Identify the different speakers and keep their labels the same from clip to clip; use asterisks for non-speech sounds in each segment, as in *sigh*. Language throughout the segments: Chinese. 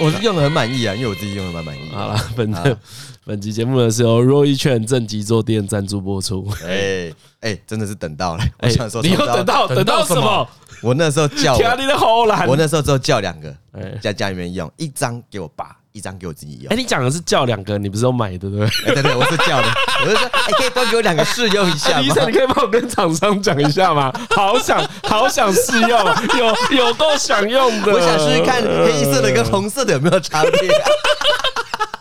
Speaker 1: 我是用的很满意啊，因为我自己用的蛮满意。
Speaker 2: 好了，本、本期节目呢是由 Roy 券正极坐垫赞助播出。
Speaker 1: 哎哎，真的是等到了，我
Speaker 2: 哎
Speaker 1: 想说
Speaker 2: 你又
Speaker 1: 从
Speaker 2: 等到等
Speaker 3: 等到
Speaker 2: 到什
Speaker 3: 什
Speaker 2: 么
Speaker 3: 么？
Speaker 1: 我那时候叫我
Speaker 2: *laughs* 天啊，你的好懒！
Speaker 1: 我那时候只有叫两个
Speaker 2: 哎，
Speaker 1: 在家里面用，一张给我爸，一张给我自己用
Speaker 2: 哎，。你讲的是叫两个，你不是要买的对不对？
Speaker 1: 哎，对对，我是叫
Speaker 2: *laughs*
Speaker 1: 的，我就说，哎，可以多给我两个试用一下
Speaker 2: 哎医
Speaker 1: 吗？
Speaker 2: 生，你可以帮我跟厂商讲一下吗？ *laughs* 好想好想试用， *laughs* 有有够想用的。呃
Speaker 1: 我想试试看黑色的跟红色的有没有差别。啊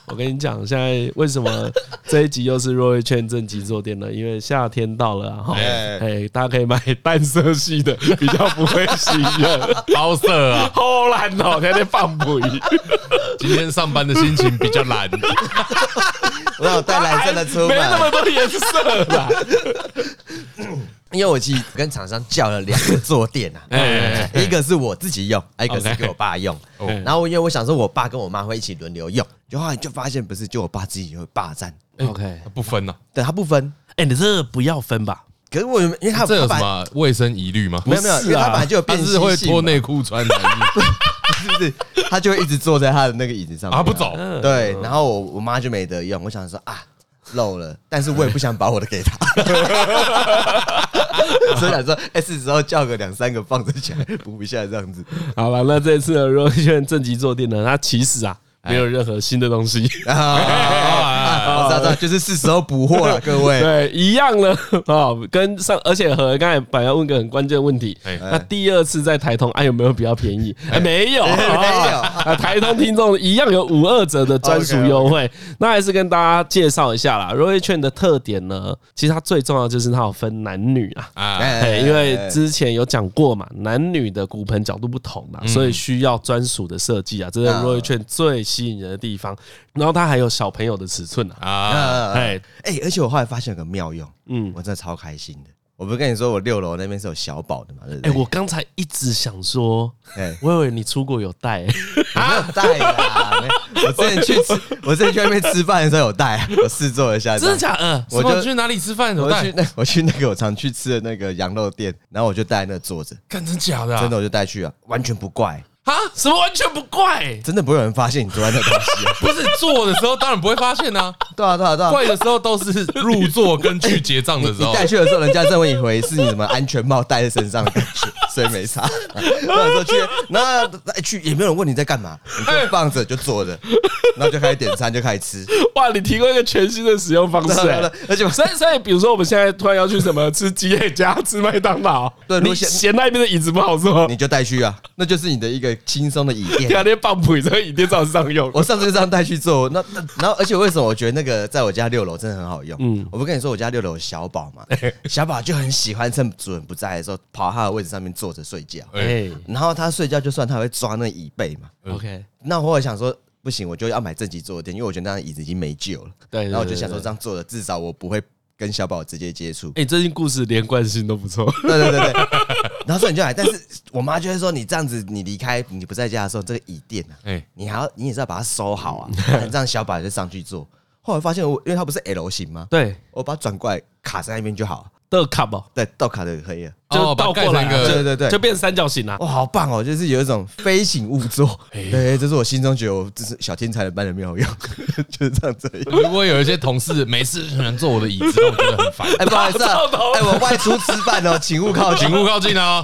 Speaker 2: 我跟你讲，现在为什么这一集又是若瑞券正极坐垫呢？因为夏天到了啊，哈，
Speaker 1: 哎
Speaker 2: 哎，大家可以买淡色系的，比较不会吸热。
Speaker 3: 包色啊！
Speaker 2: 好懒哦，天天放屁，
Speaker 3: 今天上班的心情比较
Speaker 1: *laughs*
Speaker 3: 懒，
Speaker 1: 我有带蓝色的出
Speaker 2: 没那么
Speaker 1: 门，
Speaker 2: 多颜色啦。
Speaker 1: 因为我其实跟厂商叫了两个坐垫啊，
Speaker 3: *laughs* 哎，
Speaker 1: 一个是我自己用，啊一个是
Speaker 3: OK
Speaker 1: 给我爸用。
Speaker 3: 哦
Speaker 1: 然后因为我想说，我爸跟我妈会一起轮流用，就后来就发现不是，就我爸自己会霸占，
Speaker 2: OK，
Speaker 3: 不分啊了，
Speaker 1: 对他不分。
Speaker 2: 哎，你这个不要分吧？
Speaker 1: 可是我因为他
Speaker 3: 啊这有
Speaker 1: 他本来
Speaker 3: 什么卫生疑虑吗？
Speaker 1: 没有没有，
Speaker 2: 不是啊
Speaker 1: 因为他本来就有
Speaker 3: 他
Speaker 1: 变
Speaker 3: 是会
Speaker 1: 性性
Speaker 3: 脱
Speaker 1: 嘛，
Speaker 3: 内裤穿男
Speaker 1: *laughs*
Speaker 3: 衣
Speaker 1: 是不是？他就会一直坐在他的那个椅子上面
Speaker 3: 啊，不
Speaker 1: *laughs*
Speaker 3: 走。
Speaker 2: 嗯
Speaker 1: 对，然后我我妈就没得用，我想说啊，漏了，但是我也不想把我的给她， *laughs* 所以想说，哎、是时候叫个两三个放着起来补一下这样子。
Speaker 2: 好了，那这一次的若瑞券正极坐垫呢，它其实啊没有任何新的东西。
Speaker 1: 啊，啊我知道，知道，就是是时候补货
Speaker 2: *laughs*
Speaker 1: 了，各位。
Speaker 2: 哦对，一样呢啊、哦，跟上，而且和刚才本来要问个很关键的问题，
Speaker 3: 哎
Speaker 2: 那第二次在台通，哎、有没有比较便宜？哎，没有，
Speaker 1: 没有
Speaker 2: *laughs* 啊啊，台通听众一样有五二折的专属优惠。那还是跟大家介绍一下啦，瑞惠券的特点呢，其实它最重要就是它有分男女啊。
Speaker 3: 啊，
Speaker 2: 哎，因为之前有讲过嘛，男女的骨盆角度不同
Speaker 1: 嗯
Speaker 2: 嘛，所以需要专属的设计啊，这是
Speaker 1: 啊
Speaker 2: 瑞惠券最吸引人的地方。然后它还有小朋友的尺寸啊，
Speaker 3: 啊，
Speaker 1: 啊，哎、
Speaker 2: 哎，
Speaker 1: 而且我后来发现有个妙用，
Speaker 2: 嗯
Speaker 1: 嗯，我真的超开心的。我不是跟你说我六楼那边是有小宝的嘛，对不
Speaker 2: 哎、
Speaker 1: 对？
Speaker 2: 我刚才一直想说， *laughs*
Speaker 1: 哎
Speaker 2: 我以为你出国有带、
Speaker 1: 我没有带啦，没我之前去吃，我之前去外面吃饭的时候有带，啊我试做一下这样，
Speaker 2: 真的假的？
Speaker 3: 我
Speaker 1: 我
Speaker 3: 就
Speaker 1: 就
Speaker 3: 去哪里吃饭？怎么
Speaker 1: 我
Speaker 3: 带
Speaker 1: 去？那我去那个我常去吃的那个羊肉店，然后我就带那坐着，
Speaker 3: 干真假的啊？
Speaker 1: 真的我就带去啊，完全不怪，
Speaker 3: 啊？什么完全不怪？。
Speaker 1: 真的不会有人发现你坐在那东
Speaker 2: *laughs*
Speaker 1: 西、啊
Speaker 3: 不是做的时候当然不会发现啊，
Speaker 1: 对啊对啊对啊，
Speaker 3: 怪的时候都是入座跟去结账的时
Speaker 1: 你
Speaker 3: 候。
Speaker 1: 带去的时候，人家认为以为是你什么安全帽戴在身上的感觉，所以没差。 *laughs* 或者说去，那去也没有人问你在干嘛，你就放着就坐着，然后就开始点餐，就开始吃。
Speaker 2: 哇，你提供一个全新的使用方
Speaker 1: *laughs*
Speaker 2: 式、
Speaker 1: 对啊对啊
Speaker 2: 欸。
Speaker 1: 而且我
Speaker 2: 所以，所以，比如说，我们现在突然要去什么吃吉野家、吃麦当劳，
Speaker 1: *laughs* 对
Speaker 2: 你
Speaker 1: 如果现
Speaker 2: 嫌那边的椅子不好坐， *laughs*
Speaker 1: 你就带去啊，那就是你的一个轻松的椅垫
Speaker 2: 第。二天放腿，这个椅垫照上用。
Speaker 1: 我上次就这样带去做，那那然后而且为什么我觉得那个在我家六楼真的很好用？嗯，我不跟你说我家六楼有小宝嘛，小宝就很喜欢趁主人不在的时候跑到他的位置上面坐着睡觉，
Speaker 3: 哎，
Speaker 1: 然后他睡觉就算他会抓那椅背嘛。
Speaker 2: ，OK，
Speaker 1: 那我也想说不行，我就要买正极坐垫，因为我觉得那张椅子已经没救了。
Speaker 2: 对对
Speaker 1: 然后我就想
Speaker 2: 对
Speaker 1: 说
Speaker 2: 对
Speaker 1: 这样坐着至少我不会跟小宝直接接触。
Speaker 2: 哎、最近故事连贯性都不错。
Speaker 1: 对对
Speaker 2: *laughs*
Speaker 1: 对对，然后所以你就来，但是我妈就会说你这样子，你离开你不在家的时候，这个椅垫啊，
Speaker 3: 哎
Speaker 1: 你还要你也是要把它收好
Speaker 2: *laughs*
Speaker 1: 啊，不然这样小宝就上去坐。后来发现我，因为它不是 L 型吗？
Speaker 2: 对，
Speaker 1: 我把它转过来卡在那边就好，
Speaker 2: 的 cup 哦，
Speaker 1: 对，倒卡的可以了。
Speaker 2: 就
Speaker 3: 哦
Speaker 2: 倒
Speaker 3: 把它
Speaker 2: 过来
Speaker 3: 盖成
Speaker 2: 啊，
Speaker 3: 一个
Speaker 2: 就
Speaker 1: 对对对
Speaker 2: 就变三角形啊啦、
Speaker 1: 哇，好棒哦！就是有一种非醒勿坐，
Speaker 2: 哎
Speaker 1: 对，这是我心中觉得我这是小天才的般的妙用， *laughs* 就是这样子而已。
Speaker 3: 如果有一些同事没事喜欢坐我的椅子，让我觉得
Speaker 1: *laughs*
Speaker 3: 很烦。
Speaker 1: 哎，不好意思
Speaker 2: *laughs*
Speaker 1: 啊，哎，我外出吃饭哦，请勿靠近
Speaker 3: 请，勿靠近哦，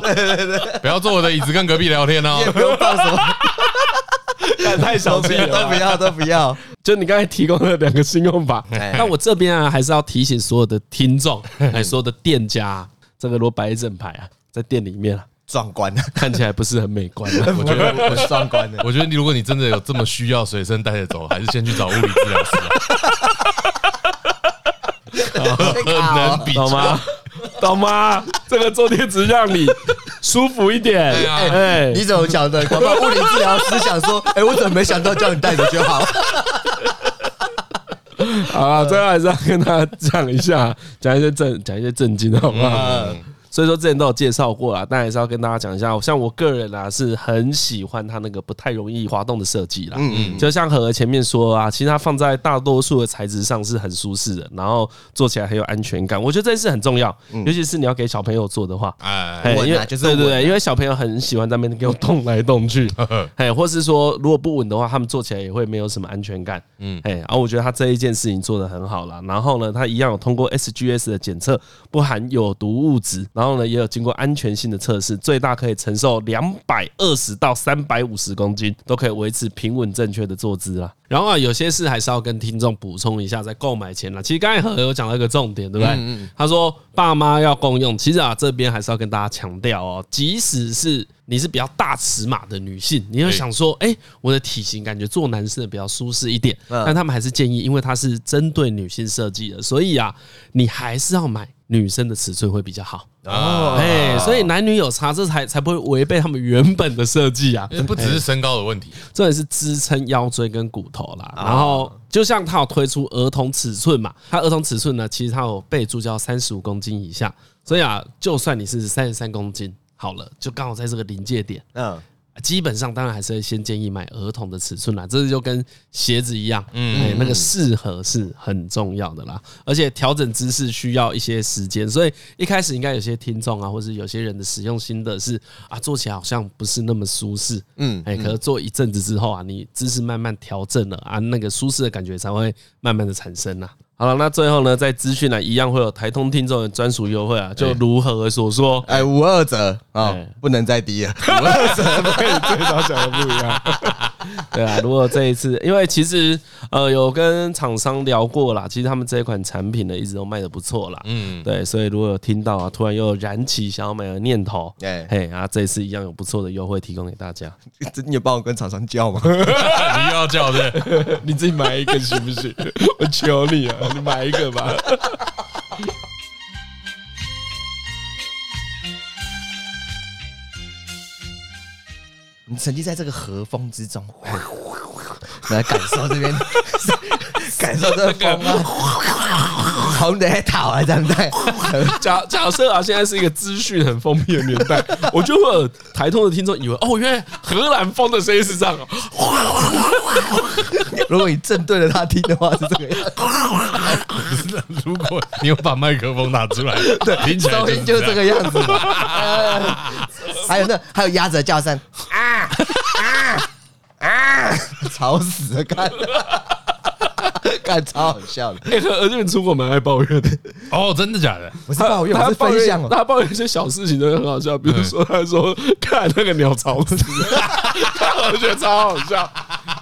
Speaker 3: 不要坐我的椅子跟隔壁聊天
Speaker 1: 你
Speaker 3: 哦
Speaker 1: 也。不用放什么，
Speaker 2: *laughs* 干太小
Speaker 1: 都不
Speaker 2: 气
Speaker 1: 要，
Speaker 2: 了
Speaker 1: 都
Speaker 2: 吧
Speaker 1: 不。要，都不要。
Speaker 2: 就你刚才提供了两个信用
Speaker 3: *laughs*
Speaker 2: 法，
Speaker 1: 哎
Speaker 2: 那我这边啊还是要提醒所有的听众，哎，所有的店家、啊，这个如果摆一整排啊，在店里面啊，
Speaker 1: 壮观啊，
Speaker 2: 看起来不是很美观、
Speaker 3: *laughs*
Speaker 1: *laughs*
Speaker 2: 啊。
Speaker 1: 我觉得很壮观的。
Speaker 3: 我觉得你如果你真的有这么需要随身带着走，还是先去找物理治疗师啊，
Speaker 1: 很
Speaker 3: 很难比较
Speaker 2: 懂吗？懂吗？这个坐垫只是让你舒服一点。
Speaker 3: 对啊
Speaker 2: 哎，
Speaker 1: 你怎么想的？搞不好物理治疗师想说，哎、我怎么没想到叫你带着就好？嗯
Speaker 2: 好了，最后还是要跟大家讲一下，讲一些正，讲一些正经的，好不好？所以说之前都有介绍过啦，但还是要跟大家讲一下。像我个人啊，是很喜欢它那个不太容易滑动的设计啦。嗯嗯，就像和前面说啊，其实它放在大多数的材质上是很舒适的，然后做起来很有安全感。我觉得这件事很重要，尤其是你要给小朋友做的话，
Speaker 3: 哎
Speaker 2: 哎，
Speaker 1: 稳啊
Speaker 2: 因为
Speaker 1: 就是
Speaker 2: 对对
Speaker 1: 稳啊
Speaker 2: 对，因为小朋友很喜欢在那边给我动来动 *laughs* 去，哎，或是说如果不稳的话，他们做起来也会没有什么安全感，嗯，哎，然后我觉得他这一件事情做得很好啦。然后呢，他一样有通过 SGS 的检测，不含有毒物质，然后呢也有经过安全性的测试，最大可以承受两百二十到三百五十公斤，都可以维持平稳正确的坐姿啦。然后啊，有些事还是要跟听众补充一下，在购买前啦。其实刚才何有讲到一个重点，对不对？他说爸妈要共用，其实啊，这边还是要跟大家强调哦，即使是你是比较大尺码的女性，你会想说，哎、我的体型感觉做男生的比较舒适一点，
Speaker 1: 嗯
Speaker 2: 但他们还是建议，因为它是针对女性设计的，所以啊，你还是要买女生的尺寸会比较好。
Speaker 3: 啊，
Speaker 2: 哎、所以男女有差，这才才不会违背他们原本的设计啊。
Speaker 3: 因哎为不只是身高的问题， *laughs*
Speaker 2: 重点是支撑腰椎跟骨头啦。然后就像它有推出儿童尺寸嘛，它儿童尺寸呢，其实它有备注叫三十五公斤以下，所以啊，就算你是三十三公斤好了，就刚好在这个临界点。
Speaker 1: 嗯，
Speaker 2: 基本上当然还是会先建议买儿童的尺寸啦，这就跟鞋子一样，嗯，那个适合是很重要的啦。而且调整姿势需要一些时间，所以一开始应该有些听众啊，或是有些人的使用心得是啊，做起来好像不是那么舒适，嗯，哎，可是做一阵子之后啊，你姿势慢慢调整了啊，那个舒适的感觉才会慢慢的产生啦。好了，那最后呢，在资讯栏啊一样会有台通听众的专属优惠啊，就如何所说，
Speaker 1: 哎，五二折啊
Speaker 2: 哎，
Speaker 1: 不能再低了，五二折， *laughs*
Speaker 4: 最早想的不一样。
Speaker 2: *laughs* 对啊，如果这一次，因为其实呃有跟厂商聊过啦，其实他们这一款产品呢一直都卖的不错啦，嗯，对，所以如果有听到啊，突然又燃起想要买的念头，
Speaker 1: 哎
Speaker 2: 嘿，啊，这一次一样有不错的优惠提供给大家。
Speaker 1: 你有帮我跟厂商叫吗？
Speaker 3: 你又要叫对 *laughs* 不对？
Speaker 4: 你自己买一个行不行？ *laughs* 我求你啊，你买一个吧。
Speaker 1: *laughs* 你沉浸在这个和风之中， *laughs* 来感受这边， *laughs* 感受这个风啊，红的还讨啊，这样在，
Speaker 2: *laughs* 假假设啊，现在是一个资讯很封闭的年 *laughs* 代，我就会有台通的听众以为哦，原来荷兰风的声音是这样、哦，
Speaker 1: *laughs* 如果你正对着他听的话，是这个样子，
Speaker 3: 不是的如果你有把麦克风拿出来，对，听起来
Speaker 1: 收音
Speaker 3: 就
Speaker 1: 就是这 *laughs*
Speaker 3: 这
Speaker 1: 个
Speaker 3: 样。
Speaker 1: 样子嘛。呃 *laughs* 还有那还有鸭子的叫声啊啊啊， *laughs* 吵死了， *laughs* 看，看超好笑的，
Speaker 2: 哎、欸，而且出国蛮爱抱怨的。
Speaker 3: 哦，真的假的？
Speaker 1: 不是抱怨，
Speaker 2: 他
Speaker 1: 我是
Speaker 2: 抱
Speaker 1: 分享
Speaker 2: 怨，
Speaker 1: 哦。
Speaker 2: 他抱怨一些小事情都很好笑，比如说他说看那个鸟巢死， *laughs* 我觉得超好笑。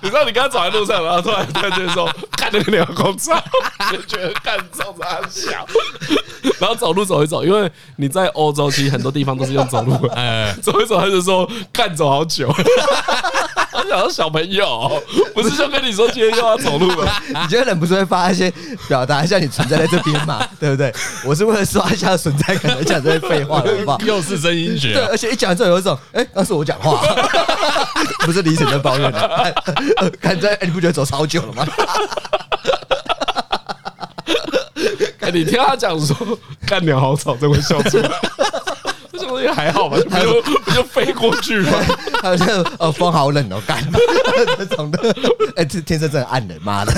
Speaker 2: 你知道你刚刚走在路上，然后突然突然间说看那个鸟巢巢， *laughs* 就觉得看超他笑。然后走路走一走，因为你在欧洲其实很多地方都是用走路的，
Speaker 3: 哎，
Speaker 2: *laughs* 走一走他就说看走好久。 *laughs* 我想到小朋友，不是就跟你说今天又要走路了？
Speaker 1: *laughs* 你觉得人不是会发一些表达一下你存在在这边嘛，对不对？我是为了刷一下存在感而讲这些废话的，好
Speaker 3: *laughs*
Speaker 1: 不好？
Speaker 3: 又是声音
Speaker 1: *laughs*
Speaker 3: 学
Speaker 1: 对，
Speaker 3: 啊，
Speaker 1: 而且一讲之后有一种，哎、那是我讲话、 *laughs* 不是李晨在抱怨的、 *laughs* 看看这、哎你不觉得走超久了吗？
Speaker 2: 哎、你听他讲说干鸟好吵，真会笑 *laughs* 出来。我想说也哎还好吧，就不就不就飞过去吗？
Speaker 1: *laughs* 还有这种哦，风好冷哦，干 *laughs* 这种的，哎、这天生真的暗人，妈的，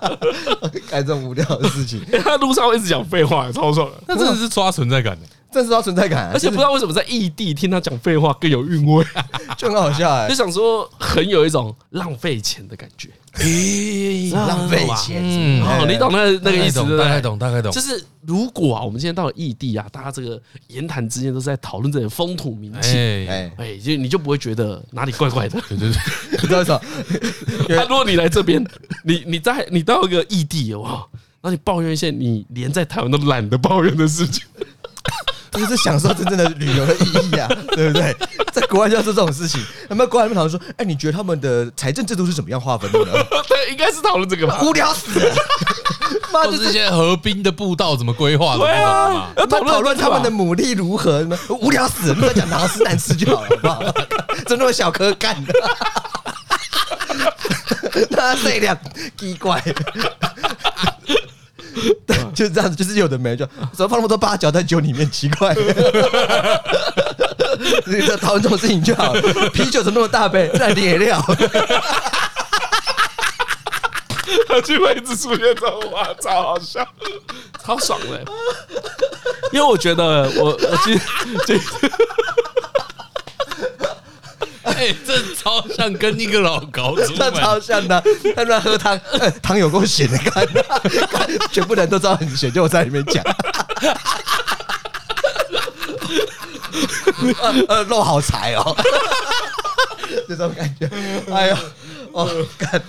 Speaker 1: *laughs* 干这种无聊的事情，
Speaker 2: 哎他路上会一直讲废话，超爽的。
Speaker 3: 那真的是刷存在感的。
Speaker 1: 真是要存在感、啊，
Speaker 2: 而且不知道为什么在异地听他讲废话更有韵 *laughs* 味，
Speaker 1: 就很好笑哎、
Speaker 2: 就想说很有一种浪费钱的感觉。
Speaker 1: 浪费钱，
Speaker 3: 嗯
Speaker 1: 哎
Speaker 2: 哦，你懂那那个意思对不
Speaker 3: 大概
Speaker 2: 对？
Speaker 3: 懂，大概懂。
Speaker 2: 就是如果啊，我们今天到了异地啊，大家这个言谈之间都是在讨论这些风土民情，
Speaker 3: 哎，
Speaker 1: 哎，
Speaker 2: 哎，就你就不会觉得哪里怪怪的。
Speaker 3: 对对对，
Speaker 1: 你知道为什么？因
Speaker 2: 那
Speaker 1: 为
Speaker 2: 如果你来这边， *laughs* 你你在你到一个异地哇，然后你抱怨一些你连在台湾都懒得抱怨的事情， *laughs*
Speaker 1: 这就是享受真正的旅游的意义
Speaker 2: *laughs*
Speaker 1: 啊，对不对？在国外就是这种事情，那么国外他们讨论说，哎、你觉得他们的财政制度是怎么样划分的呢？
Speaker 2: *laughs* 对，应该是讨论这个吧？
Speaker 1: 无聊死了，妈
Speaker 3: 都
Speaker 1: 就是
Speaker 3: 一些河滨的步道怎么规划的
Speaker 2: *laughs* 对
Speaker 3: 那种
Speaker 2: 啊
Speaker 3: 嘛。，
Speaker 2: 要讨
Speaker 1: 讨
Speaker 2: 论
Speaker 1: 论
Speaker 2: 这个
Speaker 1: 他
Speaker 2: 吧
Speaker 1: 们的牡蛎如何呢？无聊死了，不要讲劳斯难事就好了，好不
Speaker 2: *laughs*
Speaker 1: 好？这那么小颗干的， *laughs* *laughs* 那这两奇怪。但就是这样子，就是有的没的，就怎么放那么多八角在酒里面，奇
Speaker 2: *laughs*
Speaker 1: 怪。你在讨论这种事情就好了，啤酒怎么那么大杯，在野料，
Speaker 4: 他就会一直出现这种话，超好笑，
Speaker 2: *laughs* 超爽的、因为我觉得我我今今
Speaker 3: 哎，这超像跟一个老高
Speaker 1: *laughs*
Speaker 3: 主
Speaker 1: 那
Speaker 2: *laughs*
Speaker 3: 管，
Speaker 1: 超像的。他们喝 *laughs* 汤，呃汤有够咸的，看，看全部人都知道很咸，就我在里面讲。呃呃，肉好柴哦，这种感觉，哎呦，哦，干，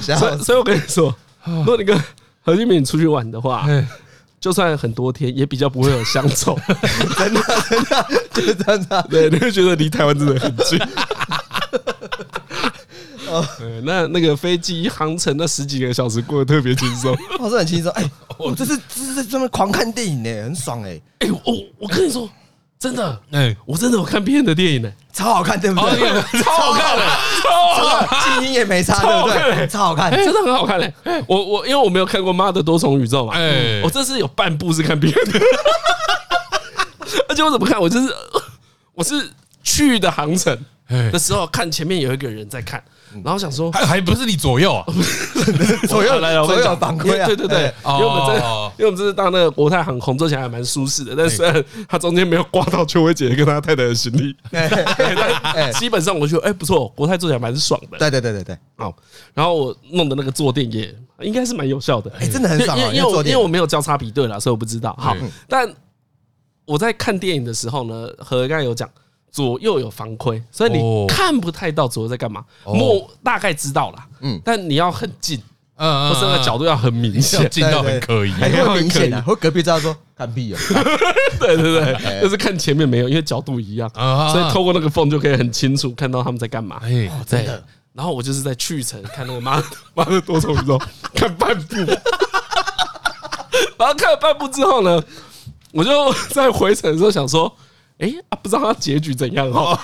Speaker 1: 吓
Speaker 2: 所以
Speaker 1: 死！
Speaker 2: 所以我跟你说，如果你跟何俊敏出去玩的话，就算很多天，也比较不会有乡愁。
Speaker 1: 真的真的就是这样子啊。
Speaker 2: *laughs* 对，你会觉得离台湾真的很
Speaker 1: *laughs*
Speaker 2: 近。
Speaker 1: 哦
Speaker 2: 对那那个飞机航程那十几个小时过得特别轻松。
Speaker 1: 我是很轻松，哎，我这是这是在专门狂看电影呢，很爽哎，
Speaker 2: *laughs* 哎、我我跟你说，真的，
Speaker 3: 哎，
Speaker 2: 我真的有看别人的电影呢、
Speaker 1: 超好看，对不
Speaker 3: 哦
Speaker 1: 对？
Speaker 3: 你超好看的，
Speaker 1: *laughs* 超好看，静音也没差，啊对不
Speaker 2: 超好看
Speaker 1: 对？
Speaker 2: 欸
Speaker 1: 超好看，
Speaker 2: 哎、真的很好看嘞、我我因为我没有看过《妈的多重宇宙》嘛，
Speaker 3: 哎
Speaker 2: 我这次有半部是看别人的， *laughs* 而且我怎么看？我就是我是去的航程
Speaker 3: 哎
Speaker 2: 的时候，看前面有一个人在看，然后想说。
Speaker 3: 还还不是你左右
Speaker 2: *laughs*
Speaker 3: 啊？
Speaker 1: *laughs* 左右
Speaker 2: 来来，我
Speaker 1: 左
Speaker 2: 跟你
Speaker 1: 右
Speaker 2: 讲
Speaker 1: 哦反馈啊，
Speaker 2: 对对对
Speaker 1: 哎，
Speaker 2: 因为我们这
Speaker 3: 哦，
Speaker 2: 因为我们这次搭那个国泰航空，坐起来还蛮舒适的，但虽然它中间没有挂到邱薇姐跟她太太的行李，
Speaker 1: 哎
Speaker 2: 基本上我觉得哎不错，国泰坐起来蛮爽的。
Speaker 1: 对对对对对，
Speaker 2: 哦，然后我弄的那个坐垫也应该是蛮有效的，
Speaker 1: 哎，真的很爽
Speaker 2: 因
Speaker 1: 啊！
Speaker 2: 为因为
Speaker 1: 坐
Speaker 2: 我因
Speaker 1: 垫
Speaker 2: 为我没有交叉比对啦，所以我不知道。好
Speaker 3: 嗯，
Speaker 2: 但我在看电影的时候呢，何刚才有讲左右有防窥，所以
Speaker 3: 哦
Speaker 2: 你看不太到左右在干嘛，
Speaker 3: 哦
Speaker 2: 莫大概知道啦。
Speaker 1: 嗯啊
Speaker 2: 嗯，但你要很近，
Speaker 3: 嗯
Speaker 2: 或是那个角度要很啊明
Speaker 3: 像
Speaker 2: 显。
Speaker 3: 近到很可疑，
Speaker 1: 哎会明显的，会隔壁知道说看屁哦，
Speaker 2: 对对对，就是看前面没有，因为角度一样，
Speaker 3: 哎啊
Speaker 2: 所以透过那个缝就可以很清楚看到他们在干嘛。
Speaker 3: 哎，
Speaker 2: 对，然后我就是在去程看那个妈 *laughs* 妈的多重宇宙，看半部，然后看了半部之后呢，我就在回程的时候想说，哎、啊，不知道它结局怎样哦。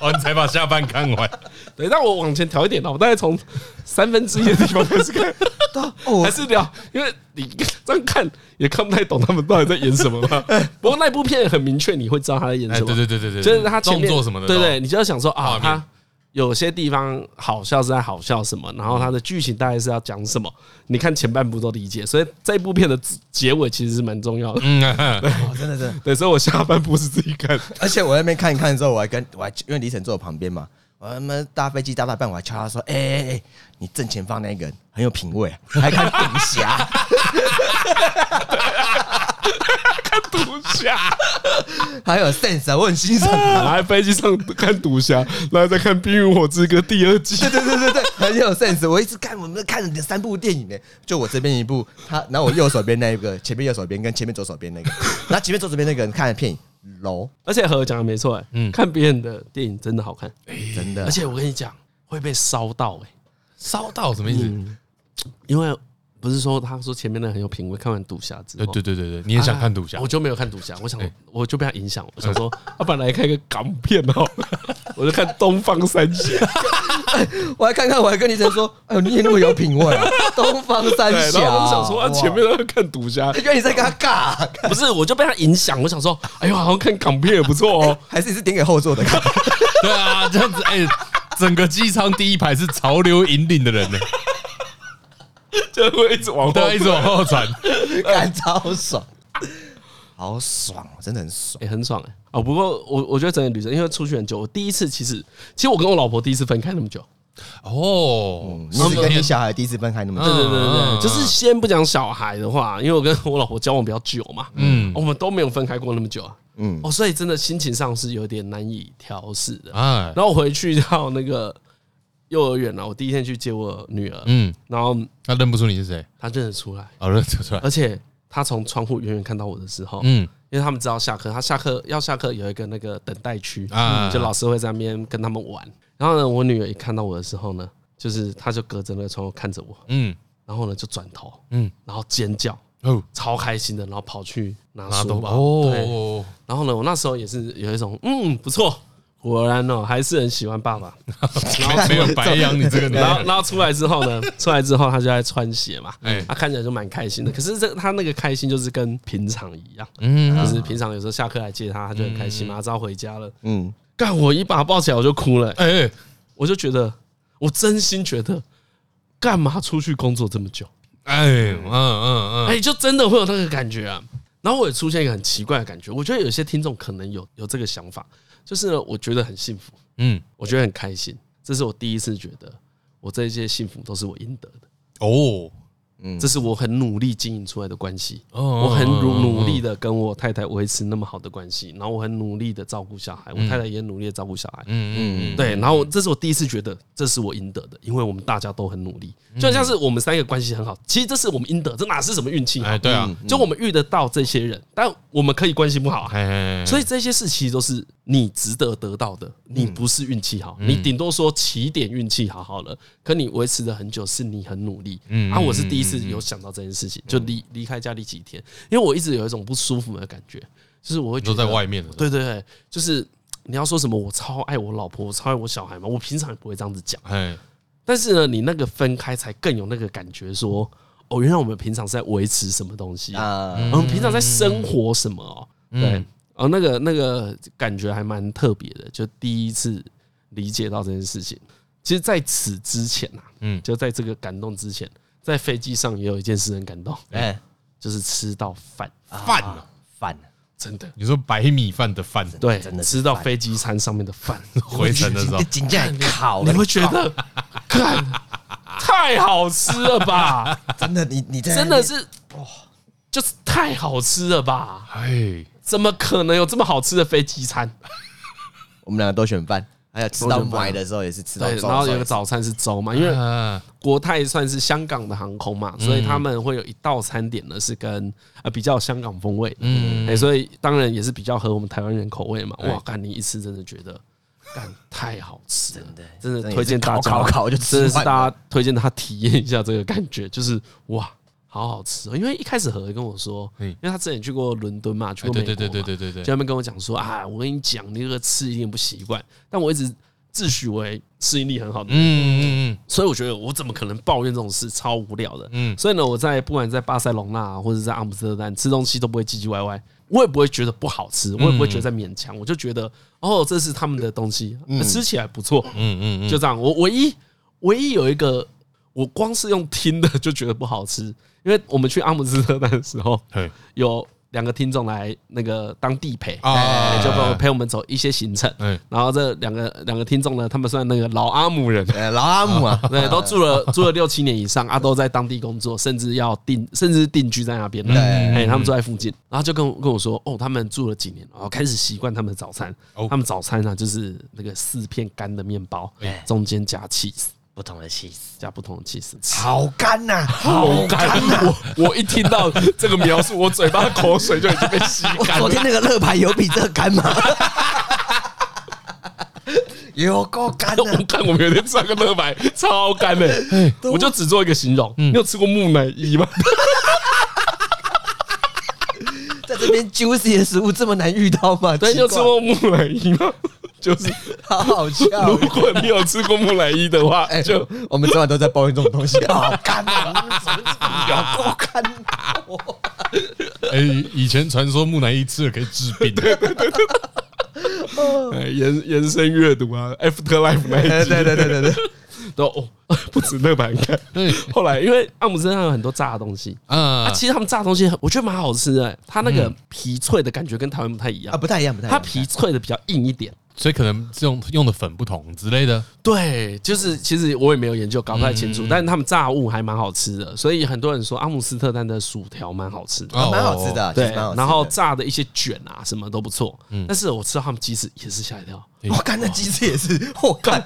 Speaker 3: 哦，你才把下半看完，
Speaker 2: 对，但我往前调一点哦，我大概从三分之一的地方开始看，
Speaker 1: 哦
Speaker 2: 还，是聊，因为你这样看也看不太懂他们到底在演什么嘛。不过那部片很明确，你会知道他在演
Speaker 3: 哎，
Speaker 2: 什么。
Speaker 3: 对对对
Speaker 2: *laughs*
Speaker 3: 对对，
Speaker 2: 就是他前
Speaker 3: 动
Speaker 2: 面
Speaker 3: 作什么的，
Speaker 2: 对对，，你就要想说
Speaker 3: 画
Speaker 2: 啊，
Speaker 3: 面
Speaker 2: 他有些地方好笑是在好笑什么，然后他的剧情大概是要讲什么，你看前半部都理解，所以这部片的结尾其实是蛮重要的。
Speaker 3: 嗯， *laughs* 啊
Speaker 1: 哦真
Speaker 2: *laughs*
Speaker 1: 的真的，
Speaker 2: 对，所以我下半部是自己看， *laughs*
Speaker 1: 而且我在那边看一看之后，我还跟我还因为李晨坐我旁边嘛，我他妈搭飞机搭到一半，我还敲他说，哎哎哎，你正前方那个人很有品味，啊还看赌
Speaker 2: *laughs*
Speaker 1: 侠，
Speaker 2: 赌侠，
Speaker 1: 还有 sense，啊我很欣赏。
Speaker 2: 来飞机上看赌侠，然后再看《冰与火之歌》第二季。
Speaker 1: 对对对对对，很有 sense。我一直看，我们看了三部电影呢，就我这边一部，他，然后我右手边那一个，前面右手边跟前面左手边那个，然后前面左手边那个人看的片影楼，
Speaker 2: *laughs* 而且何讲的没错，嗯，哎看别人的电影真的好看，
Speaker 1: 真的
Speaker 2: 而，且我跟你讲会被烧到哎、
Speaker 3: 烧到什么意
Speaker 2: 嗯
Speaker 3: 思？
Speaker 2: 因为不是说他说前面的很有品味，看完赌侠之
Speaker 3: 对
Speaker 2: 后，
Speaker 3: 对对对对，你也想看赌侠
Speaker 2: 我？就没有看赌侠，我想我就被他影响，我想说，啊，本来看一个港片 *laughs* 哦，我就看《东方三侠》，
Speaker 1: 我还看看，我还跟李晨说，哎呦，你也那么有品味、啊，东方三
Speaker 2: 对，
Speaker 1: 峡，
Speaker 2: 然后我就想说，啊，前面都在看赌侠
Speaker 1: 哇，，因为你在跟他尬，
Speaker 2: 不是，我就被他影响，我想说，哎呦，好像看港片也不错哦，
Speaker 1: 还是你是点给后座的看？
Speaker 3: 对啊，这样子，哎，整个机舱第一排是潮流引领的人呢，
Speaker 2: *laughs* 就会一直往后
Speaker 3: 对啊，一直往
Speaker 2: *laughs*
Speaker 3: 后传，
Speaker 1: 感超爽，好爽，真的很爽。
Speaker 2: 也、很爽 *laughs* 哎、哦，不过我我觉得整个旅程，因为出去很久，我第一次其实，其实我跟我老婆第一次分开那么久，嗯
Speaker 3: 哦，
Speaker 1: 你是跟你小孩第一次分开那么
Speaker 2: 对
Speaker 1: 久，
Speaker 2: 对对对，就是先不讲小孩的话，因为我跟我老婆交往比较久嘛，嗯，我们都没有分开过那么久啊，嗯，哦，所以真的心情上是有点难以调试的
Speaker 3: 啊，
Speaker 2: 然后我回去到那个幼儿园啊了，我第一天去接我女儿，
Speaker 3: 嗯，
Speaker 2: 然后
Speaker 3: 他认不出你是谁，
Speaker 2: 她认得出来，
Speaker 3: 哦，认得出来，
Speaker 2: 而且她从窗户远远看到我的时候，
Speaker 3: 嗯，
Speaker 2: 因为他们知道下课，她下课要下课有一个那个等待区
Speaker 3: 啊
Speaker 2: 就老师会在那边跟他们玩。然后呢，我女儿一看到我的时候呢，就是她就隔着那个窗户看着我，
Speaker 3: 嗯
Speaker 2: 然后呢就转头，
Speaker 3: 嗯，
Speaker 2: 然后尖叫，
Speaker 3: 哦，
Speaker 2: 超开心的，然后跑去拿
Speaker 3: 拿
Speaker 2: 书
Speaker 3: 东
Speaker 2: 包，对
Speaker 3: 哦，
Speaker 2: 然后呢，我那时候也是有一种嗯不错，果然哦，还是很喜欢爸爸。
Speaker 3: 没 *laughs* 没有白养你这个年
Speaker 2: 然后，
Speaker 3: 代，
Speaker 2: 然后出来之后呢， *laughs* 出来之后他就在穿鞋嘛，
Speaker 3: 哎
Speaker 2: 他看起来就蛮开心的。可是这他那个开心就是跟平常一样，
Speaker 3: 嗯，
Speaker 2: 就是平常有时候下课来接他，他就很开心嘛，他知道回家了。
Speaker 1: 嗯，
Speaker 2: 干我一把抱起来我就哭了、
Speaker 3: 哎、哎
Speaker 2: 我就觉得我真心觉得，干嘛出去工作这么久？
Speaker 3: 哎，嗯嗯
Speaker 2: 哎、
Speaker 3: 嗯，
Speaker 2: 就真的会有那个感觉啊。然后我也出现一个很奇怪的感觉，我觉得有些听众可能有有这个想法，就是呢，我觉得很幸福，
Speaker 3: 嗯，
Speaker 2: 我觉得很开心，这是我第一次觉得我这些幸福都是我应得的。
Speaker 3: 哦，
Speaker 2: 这是我很努力经营出来的关系，
Speaker 3: 哦嗯
Speaker 2: 我很努努力的跟我太太维持那么好的关系，然后我很努力的照顾小孩，我太太也努力的照顾小孩，
Speaker 3: 嗯嗯嗯嗯，
Speaker 2: 对，然后这是我第一次觉得这是我应得的，因为我们大家都很努力，
Speaker 3: 嗯
Speaker 2: 就像是我们三个关系很好，其实这是我们应得，这哪是什么运气？
Speaker 3: 哎，对啊，
Speaker 2: 就我们遇得到这些人，但我们可以关系不好啊，
Speaker 3: 哎哎，哎
Speaker 2: 所以这些事其实都是你值得得到的，
Speaker 3: 嗯
Speaker 2: 你不是运气好，你顶多说起点运气好好了，可你维持了很久是你很努力。
Speaker 3: 嗯
Speaker 2: 啊，我是第一次有想到这件事情，就离离开家里几天，因为我一直有一种不舒服的感觉，就是我会觉
Speaker 3: 都
Speaker 2: 得
Speaker 3: 在外面了，
Speaker 2: 对对对，就是你要说什么我超爱我老婆，我超爱我小孩嘛，我平常也不会这样子讲，
Speaker 3: 哎，
Speaker 2: 但是呢，你那个分开才更有那个感觉说哦，原来我们平常是在维持什么东西啊
Speaker 1: 啊，
Speaker 2: 我们平常在生活什么哦、
Speaker 1: 嗯
Speaker 2: 对，哦，那个那个感觉还蛮特别的，就第一次理解到这件事情。其实，在此之前啊，
Speaker 3: 嗯
Speaker 2: 嗯，就在这个感动之前，在飞机上也有一件事很感动，
Speaker 1: 哎，
Speaker 2: 就是吃到饭，
Speaker 3: 饭啊，
Speaker 1: 饭
Speaker 2: 真的，
Speaker 3: 你说白米饭的饭，
Speaker 2: 对，
Speaker 1: 真的是
Speaker 2: 吃到
Speaker 1: 饭
Speaker 2: 飞机餐上面的饭， *laughs*
Speaker 3: 回程的时候，
Speaker 1: 金价烤
Speaker 2: 你
Speaker 1: 了，
Speaker 2: 会觉
Speaker 1: *laughs*
Speaker 2: 得，看，太好吃了
Speaker 1: *laughs*
Speaker 2: 吧，
Speaker 1: 真的你你在那
Speaker 2: 真
Speaker 1: 边
Speaker 2: 的是，就是太好吃了吧，
Speaker 3: 哎，
Speaker 2: 怎么可能有这么好吃的飞机餐？
Speaker 1: 我们两个都选饭，还有吃
Speaker 2: 都
Speaker 1: 到
Speaker 2: 选饭
Speaker 1: 买的时候也是吃到
Speaker 2: 对，
Speaker 1: 粥，
Speaker 2: 然后有
Speaker 1: 所
Speaker 2: 个
Speaker 1: 以
Speaker 2: 早餐是粥嘛，因 *laughs* 为
Speaker 3: 啊，
Speaker 2: 国泰算是香港的航空嘛，所以他们会有一道餐点呢是跟呃比较有香港风味的，嗯，所以当然也是比较合我们台湾人口味嘛。哇，干你一吃真的觉的干太好吃了，真的
Speaker 1: 真的
Speaker 2: 推荐大家，
Speaker 1: 烤烤烤就吃完
Speaker 2: 真的
Speaker 1: 了
Speaker 2: 是大家推荐他体验一下这个感觉，就是哇。好好吃哦，因为一开始何跟我说，
Speaker 3: 嗯
Speaker 2: 因为他之前去过伦敦嘛，去
Speaker 3: 哎
Speaker 2: 过美
Speaker 3: 对
Speaker 2: 国
Speaker 3: 对
Speaker 2: 嘛，
Speaker 3: 对对对对对
Speaker 2: 就，他们跟我讲说啊，我跟你讲，你这个吃一定不习惯。但我一直自诩为适应力很好的人，
Speaker 3: 嗯嗯
Speaker 2: 所以我觉得我怎么可能抱怨这种事，超无聊的。
Speaker 3: 嗯
Speaker 2: 所以呢，我在不管在巴塞隆纳啊或者在阿姆斯特丹吃东西都不会唧唧歪歪，我也不会觉得不好吃，我也不会觉得在勉强，我就觉得哦，这是他们的东西，吃起来不错，
Speaker 3: 嗯嗯嗯，
Speaker 2: 就这样。我唯一唯一有一个，我光是用听的就觉得不好吃，因为我们去阿姆斯特丹的时候，
Speaker 3: 嘿
Speaker 2: 有两个听众来那个当地陪，
Speaker 3: 啊，
Speaker 2: 就帮我陪我们走一些行程。
Speaker 3: 哎，
Speaker 2: 然后这两个两个听众呢，他们算那个老阿姆人，
Speaker 1: 呃老阿姆啊，
Speaker 2: 对，都住了住了六七年以上啊，都在当地工作，甚至要定，甚至定居在那边了。
Speaker 1: 对
Speaker 2: 哎，他们住在附近，然后就跟我跟我说，哦，他们住了几年，然哦后开始习惯他们的早餐
Speaker 3: 哦。
Speaker 2: 他们早餐呢，啊就是那个四片干的面包
Speaker 1: 哎，
Speaker 2: 中间加 cheese，
Speaker 1: 不同的气势，
Speaker 2: 加不同的 cheese。
Speaker 1: 好干呐，
Speaker 2: 好干！我我一听到这个描述，我嘴巴口水就已经被吸
Speaker 1: 我
Speaker 2: *laughs* 干
Speaker 1: 昨
Speaker 2: 了。
Speaker 1: 天那个乐牌有比这个 *laughs* 干吗？有够干的
Speaker 2: 我看我们有天吃那个乐白，超干的、我就只做一个形容。你有吃过木乃伊吗？
Speaker 1: 在这边 juicy 的食物这么难遇到吗？
Speaker 2: 对，你有
Speaker 1: 就
Speaker 2: 吃过木乃伊吗？ *laughs* 就是
Speaker 1: 好好 *laughs* 笑。
Speaker 2: 如果你有吃过木乃伊的话，
Speaker 1: 哎，
Speaker 2: 就
Speaker 1: 就我们昨晚都在抱怨这种东西， *laughs* 好干啊！怎么有够干啊？*laughs*
Speaker 3: *laughs* 哎，以前传说木乃伊吃了可以治 *laughs* 病，
Speaker 2: 哎延延伸阅读啊，After Life 那
Speaker 1: *laughs*
Speaker 2: 一
Speaker 1: 对
Speaker 2: 集，
Speaker 1: 对对对对对，
Speaker 2: 都哦， *laughs* 不止那版看。
Speaker 3: 对，
Speaker 2: *laughs* 后来因为阿姆身上有很多炸的东西。啊，嗯
Speaker 3: 啊，
Speaker 2: 其实他们炸的东西我觉得蛮好吃的、它那个皮脆的感觉跟台湾不太一
Speaker 1: 啊，
Speaker 2: 样，
Speaker 1: 不太一样，不太一
Speaker 2: 它
Speaker 1: 样。
Speaker 2: 皮脆的比较硬一点。
Speaker 3: 所以可能是用用的粉不同之类的，
Speaker 2: 对，就是其实我也没有研究，搞不太清楚，但是他们炸物还蛮好吃的，所以很多人说阿姆斯特丹的薯条哦蛮好吃的。
Speaker 1: 啊蛮好吃
Speaker 3: 哦
Speaker 1: 的，其
Speaker 2: 对
Speaker 1: 实，蛮好吃的。
Speaker 2: 然后炸的一些卷啊，什么都不错。但是我吃到他们鸡翅也是吓一跳，
Speaker 1: 我干那鸡翅也是，我 *laughs* 干，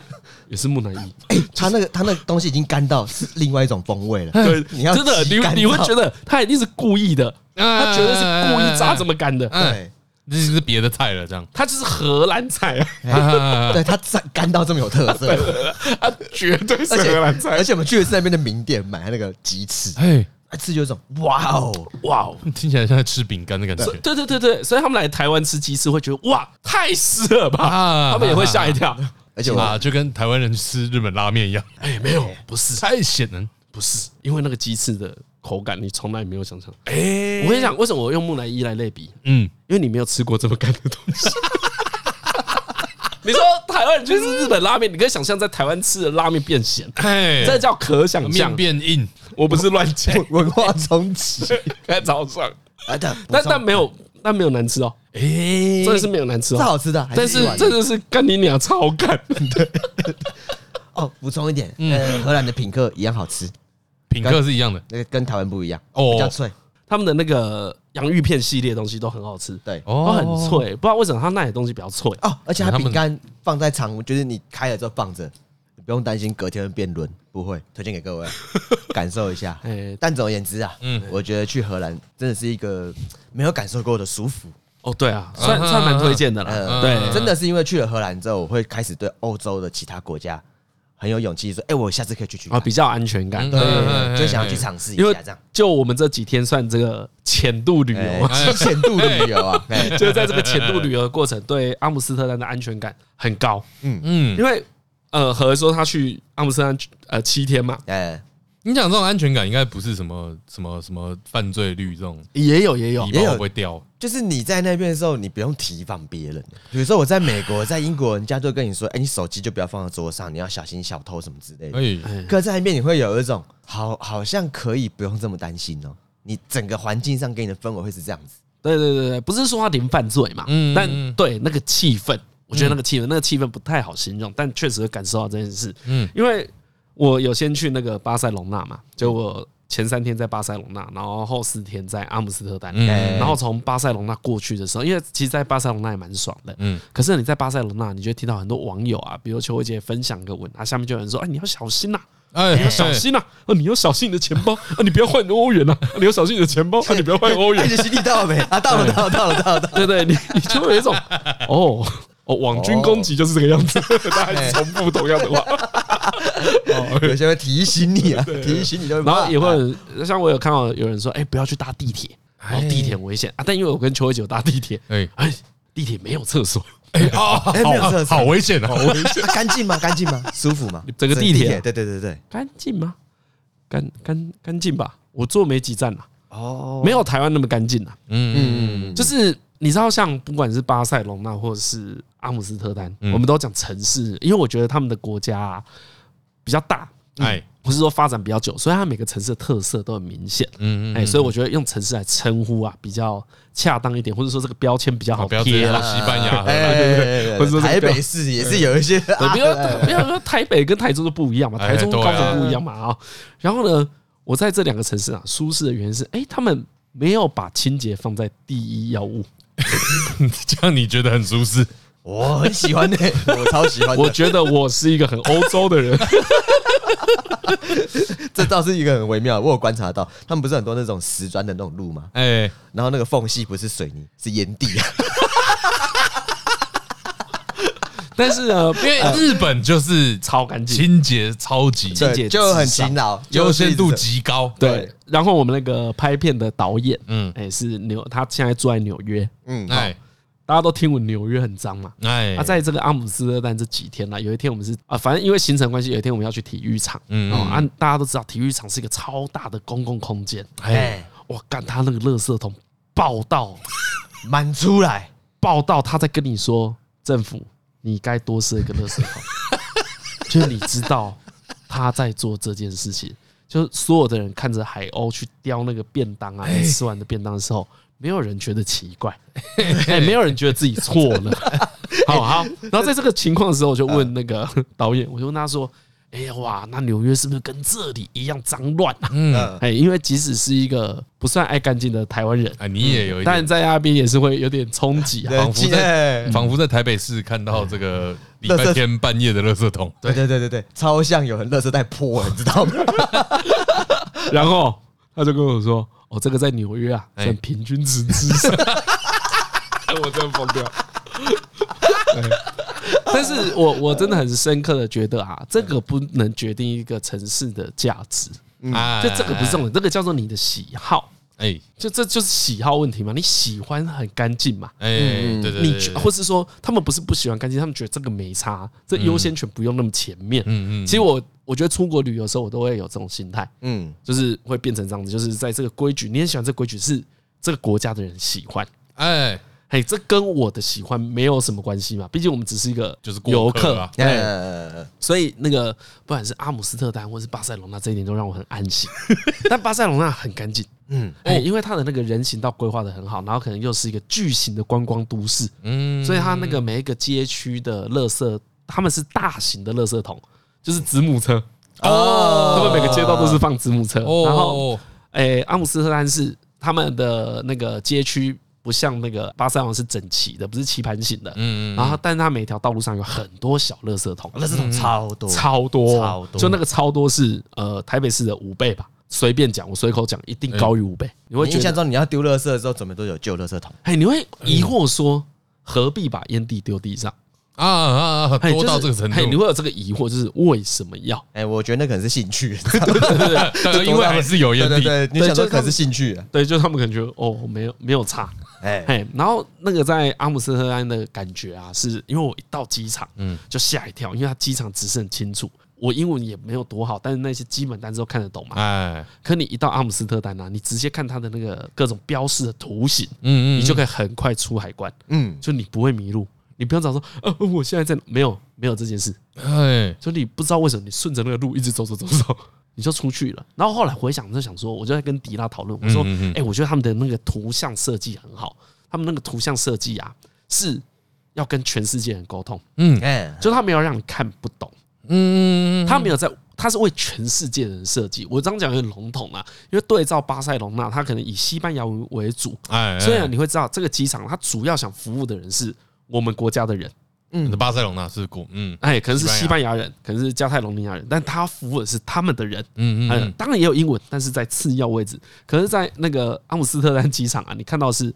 Speaker 2: 也是木乃伊。
Speaker 1: 它那个它那个东西已经干到是另外一种风味了。
Speaker 2: *laughs* 对，
Speaker 1: 你要
Speaker 2: 真的，
Speaker 1: 鸡干
Speaker 2: 你你会
Speaker 1: 到
Speaker 2: 觉得他一定是故意的，
Speaker 3: 啊
Speaker 2: 他绝对是故意炸这么干的。
Speaker 1: 对
Speaker 3: 这是别的菜了，这样。
Speaker 2: 他就是荷兰菜啊，
Speaker 1: 哎对，它干干到这么有特色，
Speaker 2: *laughs* 他绝对是
Speaker 1: 而
Speaker 2: 荷兰
Speaker 1: 且
Speaker 2: 菜
Speaker 1: 而。且我们去的是那边的名店买那个鸡翅，
Speaker 3: 哎，
Speaker 1: 吃就有一种哇哦，
Speaker 2: 哇哦！
Speaker 3: 听起来像在吃饼干的感觉
Speaker 2: 对对对对，所以他们来台湾吃鸡翅会觉得哇，太湿了吧？
Speaker 3: 啊
Speaker 2: 他们也会吓一跳。
Speaker 1: 而且
Speaker 3: 啊，
Speaker 1: 我
Speaker 3: 就跟台湾人吃日本拉面一样，
Speaker 2: 哎，没有，不是，
Speaker 3: 太咸了。
Speaker 2: 不是，因为那个鸡翅的口感你从来没有想象。
Speaker 3: 哎
Speaker 2: 我跟你讲，为什么我用木乃伊来类比？
Speaker 3: 嗯，
Speaker 2: 因为你没有吃过这么干的东西。 *laughs* 你说台湾人去吃日本拉面，你可以想象在台湾吃的拉面变咸，
Speaker 3: 哎，
Speaker 2: 这叫可想象
Speaker 3: 面。变硬，
Speaker 2: 我不是乱 *laughs* 讲，
Speaker 1: 文化冲击
Speaker 2: 在早上，
Speaker 1: 啊，但
Speaker 2: 但但没有，但没有难吃哦，
Speaker 3: 哎，
Speaker 2: 真的是没有难吃
Speaker 1: 是好
Speaker 2: 哦。
Speaker 1: 吃的，还
Speaker 2: 但
Speaker 1: 一
Speaker 2: 是
Speaker 1: 碗的
Speaker 2: 这就是干你娘超干，
Speaker 1: 哦，补充一点，
Speaker 2: 嗯
Speaker 1: 呃，荷兰的品客一样好吃，
Speaker 3: 品客是一样的
Speaker 1: 那个跟台湾不一样，
Speaker 3: 哦
Speaker 1: 比较脆，
Speaker 2: *laughs* 他们的那个洋芋片系列东西都很好吃，
Speaker 1: 对，
Speaker 2: 都哦很脆，不知道为什么他那里东西比较脆。
Speaker 1: 哦，而且它
Speaker 3: 他们
Speaker 1: 饼干放在
Speaker 2: 嗯
Speaker 1: 常温，就是你开了之后放着，你不用担心隔天会变轮，不会，推荐给
Speaker 2: *laughs*
Speaker 1: 各位感受一下
Speaker 2: 哎。
Speaker 1: 但总而言之啊，嗯，我觉得去荷兰真的是一个没有感受过的舒服，
Speaker 2: 哦，对啊，算
Speaker 3: 嗯
Speaker 2: 算蛮推荐的啦。
Speaker 1: 嗯
Speaker 2: 啊对，
Speaker 1: 真的是因为去了荷兰之后，我会开始对欧洲的其他国家很有勇气，说，哎，我下次可以去去看
Speaker 2: 啊，比较安全感。
Speaker 3: 嗯嗯嗯
Speaker 1: 对，就想要去尝试一
Speaker 2: 因为
Speaker 1: 下这样。
Speaker 2: 就我们这几天算这个浅度旅游
Speaker 1: 哎
Speaker 2: 啊，
Speaker 1: 浅度旅游啊，哎
Speaker 2: *laughs* 就是在这个浅度旅游的过程，对阿姆斯特丹的安全感很高，
Speaker 3: 嗯
Speaker 2: 因，为呃，何说他去阿姆斯特丹呃七天嘛，
Speaker 1: 哎，
Speaker 3: 你讲这种安全感应该不是什么什么什么犯罪率这种，
Speaker 2: 也有哦也有
Speaker 3: 你
Speaker 1: 也有
Speaker 3: 包会不会掉？
Speaker 1: 就是你在那边的时候，你不用提防别人。比如说我在美国，在英国，人家就跟你说，哎，你手机就不要放在桌上，你要小心小偷什么之类的。
Speaker 3: 哎，
Speaker 1: 可在那边你会有一种好，好像可以不用这么担心哦。你整个环境上给你的氛围会是这样子，
Speaker 2: 对对对对，不是说他零犯罪嘛，
Speaker 3: 嗯
Speaker 2: 但
Speaker 3: 嗯
Speaker 2: 对那个气氛，我觉得那个气氛，那个气氛不太好形容，但确实会感受到这件事。嗯
Speaker 3: 嗯，
Speaker 2: 因为我有先去那个巴塞隆纳嘛，就我前三天在巴塞隆纳，然后后四天在阿姆斯特丹，
Speaker 1: 哎
Speaker 3: 嗯
Speaker 2: 然后从巴塞隆纳过去的时候，因为其实，在巴塞隆纳也蛮爽的。嗯
Speaker 3: 嗯，
Speaker 2: 可是你在巴塞隆纳，你就会听到很多网友啊，比如邱慧姐分享个文，啊，下面就有人说，哎，你要小心呐、你
Speaker 3: 哎，
Speaker 2: 要小心呐、啊！你要小心你的钱包啊！你不要换欧元啊！你要小心你的钱包啊！你不要换欧元
Speaker 1: 哎，。你行李到了没？啊，到了，到了，到了，到了，到了。
Speaker 2: *laughs* 对对，你你就会有一种哦哦，网军攻击就是这个样子， *laughs* 大家重复同样的话，
Speaker 1: 有些会提醒你啊，提醒你就会怕。
Speaker 2: 然后也会有像我有看到有人说，哎，不要去搭地铁，哦，地铁很危险啊！但因为我跟邱慧姐有搭地铁，
Speaker 3: 哎
Speaker 2: 哎，地铁没有厕所， *laughs*
Speaker 3: 哎啊，好
Speaker 1: 哎没有厕所
Speaker 3: 好危险啊！
Speaker 1: 啊 *laughs* 干净吗？干净吗？舒服吗？
Speaker 2: 整个地铁啊
Speaker 1: 对对对对，
Speaker 2: 干净吗？干干干净吧？我坐没几站啦，啊
Speaker 1: 哦，
Speaker 2: 没有台湾那么干净啦。
Speaker 3: 嗯嗯
Speaker 2: 就是你知道，像不管是巴塞隆纳或者是阿姆斯特丹，我们都讲城市，因为我觉得他们的国家啊比较大，
Speaker 3: 嗯，哎，
Speaker 2: 不是说发展比较久，所以它每个城市的特色都很明显。
Speaker 3: 嗯嗯，
Speaker 2: 哎，所以我觉得用城市来称呼啊比较恰当一点，或者说这个标签比较好
Speaker 3: 不要直
Speaker 2: 贴
Speaker 3: 接到
Speaker 2: 啦。
Speaker 3: 西班牙，
Speaker 1: 哎，
Speaker 3: 哎，
Speaker 1: 对对
Speaker 2: 或
Speaker 1: 对
Speaker 2: 者说是
Speaker 1: 台
Speaker 2: 比较
Speaker 1: 北市也是有一些啊
Speaker 2: 对，不要不呃要说台北跟台中都不一样嘛，
Speaker 3: 哎
Speaker 2: 台中跟高
Speaker 3: 对啊 *laughs* 啊
Speaker 2: 雄不一样嘛啊。然后呢，我在这两个城市啊，舒适的原因是，
Speaker 3: 嗯
Speaker 2: 哎，他们没有把清洁放在第一要务。
Speaker 3: *laughs* 啊这样你觉得很舒适？
Speaker 1: 我很喜欢的，我超喜欢的。
Speaker 2: 我觉得我是一个很欧洲的人， *laughs*
Speaker 1: 这倒是一个很微妙，我有观察到，他们不是很多那种石砖的那种路吗？
Speaker 3: 哎，
Speaker 1: 然后那个缝隙不是水泥，是岩地啊。
Speaker 2: 但是呢，
Speaker 3: 因为日本就是
Speaker 2: 超干净。
Speaker 3: 清洁超级
Speaker 2: 清洁
Speaker 1: 对，就很勤劳，
Speaker 3: 优先度
Speaker 1: 就是一直
Speaker 3: 极高，
Speaker 2: 对，然后我们那个拍片的导演，嗯
Speaker 3: 嗯，
Speaker 2: 哎、是纽，他现在住在纽约，
Speaker 1: 嗯，
Speaker 3: 哎
Speaker 2: 大家都听闻纽约很脏嘛。
Speaker 3: 哎
Speaker 2: 啊，，在这个阿姆斯特丹这几天呢、有一天我们是啊，反正因为行程关系，有一天我们要去体育场，嗯、
Speaker 3: 嗯
Speaker 2: 哦、啊，大家都知道体育场是一个超大的公共空间，
Speaker 1: 哎，
Speaker 2: 哇，干他那个垃圾桶爆到
Speaker 1: 满出来，
Speaker 2: 爆到，他在跟你说政府，你该多设一个垃圾
Speaker 3: *laughs*
Speaker 2: 桶，就是你知道他在做这件事情，就是所有的人看着海鸥去叼那个便当啊，
Speaker 3: 哎
Speaker 2: 吃完的便当的时候，没有人觉得奇怪， *laughs* 哎，没有人觉得自己错
Speaker 3: *laughs*
Speaker 2: 了，好好。然后在这个情况的时候，我就问那个导演，我就问他说：“哎呀哇，那纽约是不是跟这里一样脏乱啊？”
Speaker 1: 嗯，
Speaker 2: 哎，因为即使是一个不算爱干净的台湾人，
Speaker 3: 哎，你也有一
Speaker 2: 但
Speaker 3: 点，
Speaker 2: 在那边也是会有点冲击啊。
Speaker 1: 对，
Speaker 3: 仿佛
Speaker 1: 今
Speaker 3: 在
Speaker 1: 哎
Speaker 3: 仿佛在台北市看到这个礼拜天半夜的垃圾桶，哎
Speaker 1: 对对对对对，超像有人垃圾袋泼，你知道吗？
Speaker 2: *laughs* 然后他就跟我说：“哦，这个在纽约啊，
Speaker 3: 哎
Speaker 2: 算平均值之
Speaker 3: *laughs*
Speaker 2: 上。”我真的疯掉。 *laughs* 哎但
Speaker 3: 嗯
Speaker 2: 是我我真的很深刻的觉得啊，这个不能决定一个城市的价值。
Speaker 3: 哎
Speaker 2: 就这个不是重点，这个叫做你的喜好，
Speaker 3: 哎
Speaker 2: 就这就是喜好问题嘛。你喜欢很干净嘛？
Speaker 3: 哎，对对对，
Speaker 2: 你
Speaker 3: 对
Speaker 2: 觉或是说他们不是不喜欢干净，他们觉得这个没差，这优先权不用那么前面。
Speaker 3: 嗯嗯嗯，
Speaker 2: 其实我我觉得出国旅游的时候，我都会有这种心态，
Speaker 1: *laughs* 嗯
Speaker 2: 就是会变成这样子，就是在这个规矩，你很喜欢这个规矩，是这个国家的人喜欢。
Speaker 3: 哎，
Speaker 2: 嘿，这跟我的喜欢没有什么关系嘛，毕竟我们只是一个
Speaker 3: 就是过
Speaker 2: 游
Speaker 3: 客啊
Speaker 2: 对，
Speaker 1: 呃，
Speaker 2: 所以那个不管是阿姆斯特丹或是巴塞隆纳，这一点都让我很安
Speaker 3: *laughs*
Speaker 2: 心。但巴塞隆纳很干净，嗯，哎，因为它的那个人行道规划的很好，然后可能又是一个巨型的观光都市，
Speaker 3: 嗯，
Speaker 2: 所以它那个每一个街区的垃圾，他们是大型的垃圾桶，就是子母车，
Speaker 3: 哦，
Speaker 2: 他们每个街道都是放子母车，然后
Speaker 3: 哦，
Speaker 2: 诶，阿姆斯特丹是他们的那个街区不像那个巴塞隆是整齐的，不是棋盘型的。
Speaker 3: 嗯，
Speaker 2: 然后，但是它每条道路上有很多小垃圾桶，
Speaker 1: 那这种超多，
Speaker 2: 超多，
Speaker 1: 超多
Speaker 2: 就那个超多是呃台北市的五倍吧，随便讲，我随口讲，一定高于五倍。
Speaker 3: 嗯
Speaker 2: 你会
Speaker 1: 你
Speaker 2: 觉
Speaker 1: 印象
Speaker 2: 得，
Speaker 1: 中你要丢垃圾的时候，准备多久旧垃圾桶？
Speaker 2: 哎，你会疑惑说何必把烟蒂丢地上？
Speaker 3: 啊啊啊，
Speaker 2: 嘿
Speaker 3: 多到
Speaker 2: 就
Speaker 3: 这
Speaker 2: 是
Speaker 3: 个程
Speaker 2: 嘿你
Speaker 3: *laughs* 度，
Speaker 2: 会有这个疑惑，就是为什么要？
Speaker 1: 哎、我觉得那可能是兴 *laughs* 趣，
Speaker 3: 对，因为还是有烟
Speaker 1: 对
Speaker 3: 蒂，
Speaker 1: 对对，你想说可能是兴趣、啊，
Speaker 2: 对，就他们可能觉得哦，没有没有差，
Speaker 1: 哎、
Speaker 2: 嘿，然后那个在阿姆斯特丹的感觉啊，是因为我一到机场，嗯，就吓一跳，因为它机场指示很清楚。我英文也没有多好，但是那些基本单词都看得懂嘛。
Speaker 3: 哎，
Speaker 2: 可你一到阿姆斯特丹啊，你直接看它的那个各种标示的图形，
Speaker 3: 嗯嗯，
Speaker 2: 你就可以很快出海关，
Speaker 1: 嗯，
Speaker 2: 就你不会迷路。你不要找说，呃，我现在在哪没有没有这件事，
Speaker 3: 哎，
Speaker 2: 就你不知道为什么你顺着那个路一直走走走 *laughs* 走，你就出去了。然后后来回想，就想说，我就在跟迪拉讨论，我说，哎，我觉得他们的那个图像设计很好，他们那个图像设计啊，是要跟全世界人沟通，
Speaker 1: 哎、
Speaker 2: 就他没有让你看不懂，嗯
Speaker 3: 嗯，
Speaker 2: 他没有在，他是为全世界人设计。我这样讲有点笼统啊，因为对照巴塞隆纳，他可能以西班牙文为主，
Speaker 3: 哎，
Speaker 2: 所以啊
Speaker 3: 哎
Speaker 2: 你会知道这个机场它主要想服务的人是我们国家的人，
Speaker 3: 巴塞隆纳是古，嗯
Speaker 2: 哎，可能是西班牙人，可能是加泰隆尼亚人，但他服务的是他们的人。
Speaker 3: 嗯嗯
Speaker 2: 嗯
Speaker 3: 嗯，，
Speaker 2: 当然也有英文，但是在次要位置。可是，在那个阿姆斯特丹机场啊，你看到的是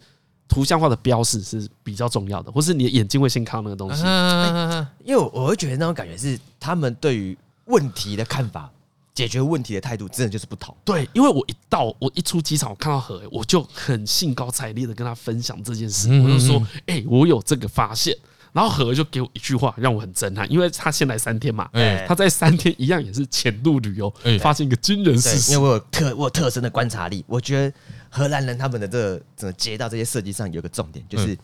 Speaker 2: 图像化的标示是比较重要的，或是你的眼睛会先看到那个东
Speaker 1: 嗯
Speaker 2: 西。哎
Speaker 3: 啊
Speaker 1: 因为我我会觉得那种感觉是他们对于问题的看法、解决问题的态度，真的就是不同。
Speaker 2: 对，因为我一到，我一出机场，我看到何，我就很兴高采烈的跟他分享这件
Speaker 1: 嗯
Speaker 2: 事，我就说，哎、我有这个发现。然后何就给我一句话，让我很震撼，因为他先来三天嘛，
Speaker 3: 哎
Speaker 2: 他在三天一样也是潜入旅游
Speaker 3: 哎，
Speaker 2: 发现一个惊人
Speaker 1: 对
Speaker 2: 事，
Speaker 1: 因为
Speaker 2: 实。
Speaker 1: 我有特我有特深的观察力，我觉得荷兰人他们的这个整个街道这些设计上有一个重点，就是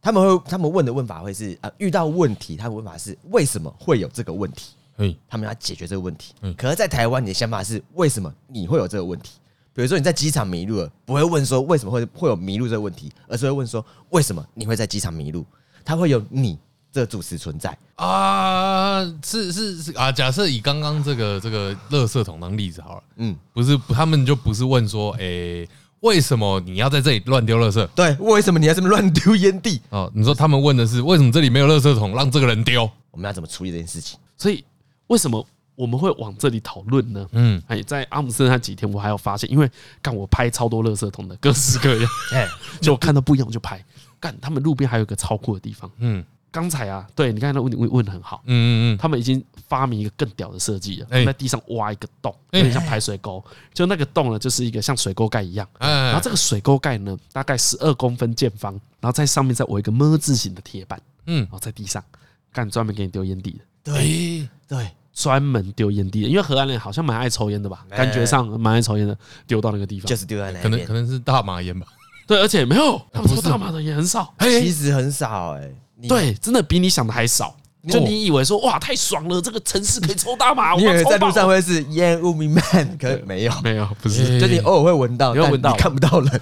Speaker 1: 他们会他们问的问法会是呃遇到问题，他们问法是为什么会有这个问题，
Speaker 3: 嘿，
Speaker 1: 他们要解决这个问题
Speaker 3: 嗯。
Speaker 1: 可是，在台湾，你的想法是为什么你会有这个问题？比如说你在机场迷路了，不会问说为什么会会有迷路这个问题，而是会问说为什么你会在机场迷路？它会有你这个主词存在。
Speaker 3: 啊，是是是啊，假设以刚刚这个这个垃圾桶当例子好了，
Speaker 1: 嗯，
Speaker 3: 不是他们就不是问说，哎，为什么你要在这里乱丢垃圾？
Speaker 1: 对，为什么你要这么乱丢烟蒂？
Speaker 3: 哦，你说他们问的是为什么这里没有垃圾桶让这个人丢？
Speaker 1: 我们要怎么处理这件事情？
Speaker 2: 所以为什么我们会往这里讨论呢？
Speaker 3: 嗯，
Speaker 2: 哎，在阿姆斯特丹几天，我还有发现，因为干我拍超多垃圾桶的，各式各样，
Speaker 1: 哎，
Speaker 2: *laughs* 就我看到不一样我就拍。干，他们路边还有一个超酷的地方。
Speaker 3: 嗯
Speaker 2: 刚才啊，对你刚才那问问问得很好，
Speaker 3: 嗯嗯
Speaker 2: 他们已经发明一个更屌的设计了，他
Speaker 3: 哎
Speaker 2: 们在地上挖一个洞，有点像排水沟，就那个洞呢，就是一个像水沟盖一样。
Speaker 3: 嗯，哎，
Speaker 2: 然后这个水沟盖呢，大概十二公分见方，然后在上面再围一个么字形的铁板，
Speaker 3: 嗯
Speaker 2: 然，后在地上干专门给你丢烟蒂的，
Speaker 3: 对，
Speaker 1: 对，
Speaker 2: 专门丢烟蒂的，因为荷兰人好像蛮爱抽烟的吧，
Speaker 1: 哎
Speaker 2: 感觉上蛮爱抽烟的，丢到那个地
Speaker 1: 就
Speaker 2: 方。
Speaker 1: 是丢在那
Speaker 3: 可能
Speaker 1: 边
Speaker 3: 可。能是大麻烟吧。
Speaker 2: 对，而且没有他们
Speaker 3: 不
Speaker 2: 抽
Speaker 3: 是
Speaker 2: 大麻的也很少，
Speaker 1: 其实很少哎、你，
Speaker 2: 对，真的比你想的还少。就你以为说哇太爽了，这个城市可以抽大麻，
Speaker 1: 你以
Speaker 2: 哇
Speaker 1: 为在路上
Speaker 2: 超
Speaker 1: 会是烟雾弥漫，可没有
Speaker 2: 棒。没有不是
Speaker 1: 就你偶尔会闻到，
Speaker 2: 你会
Speaker 1: 但
Speaker 2: 闻到
Speaker 1: 你看不到人。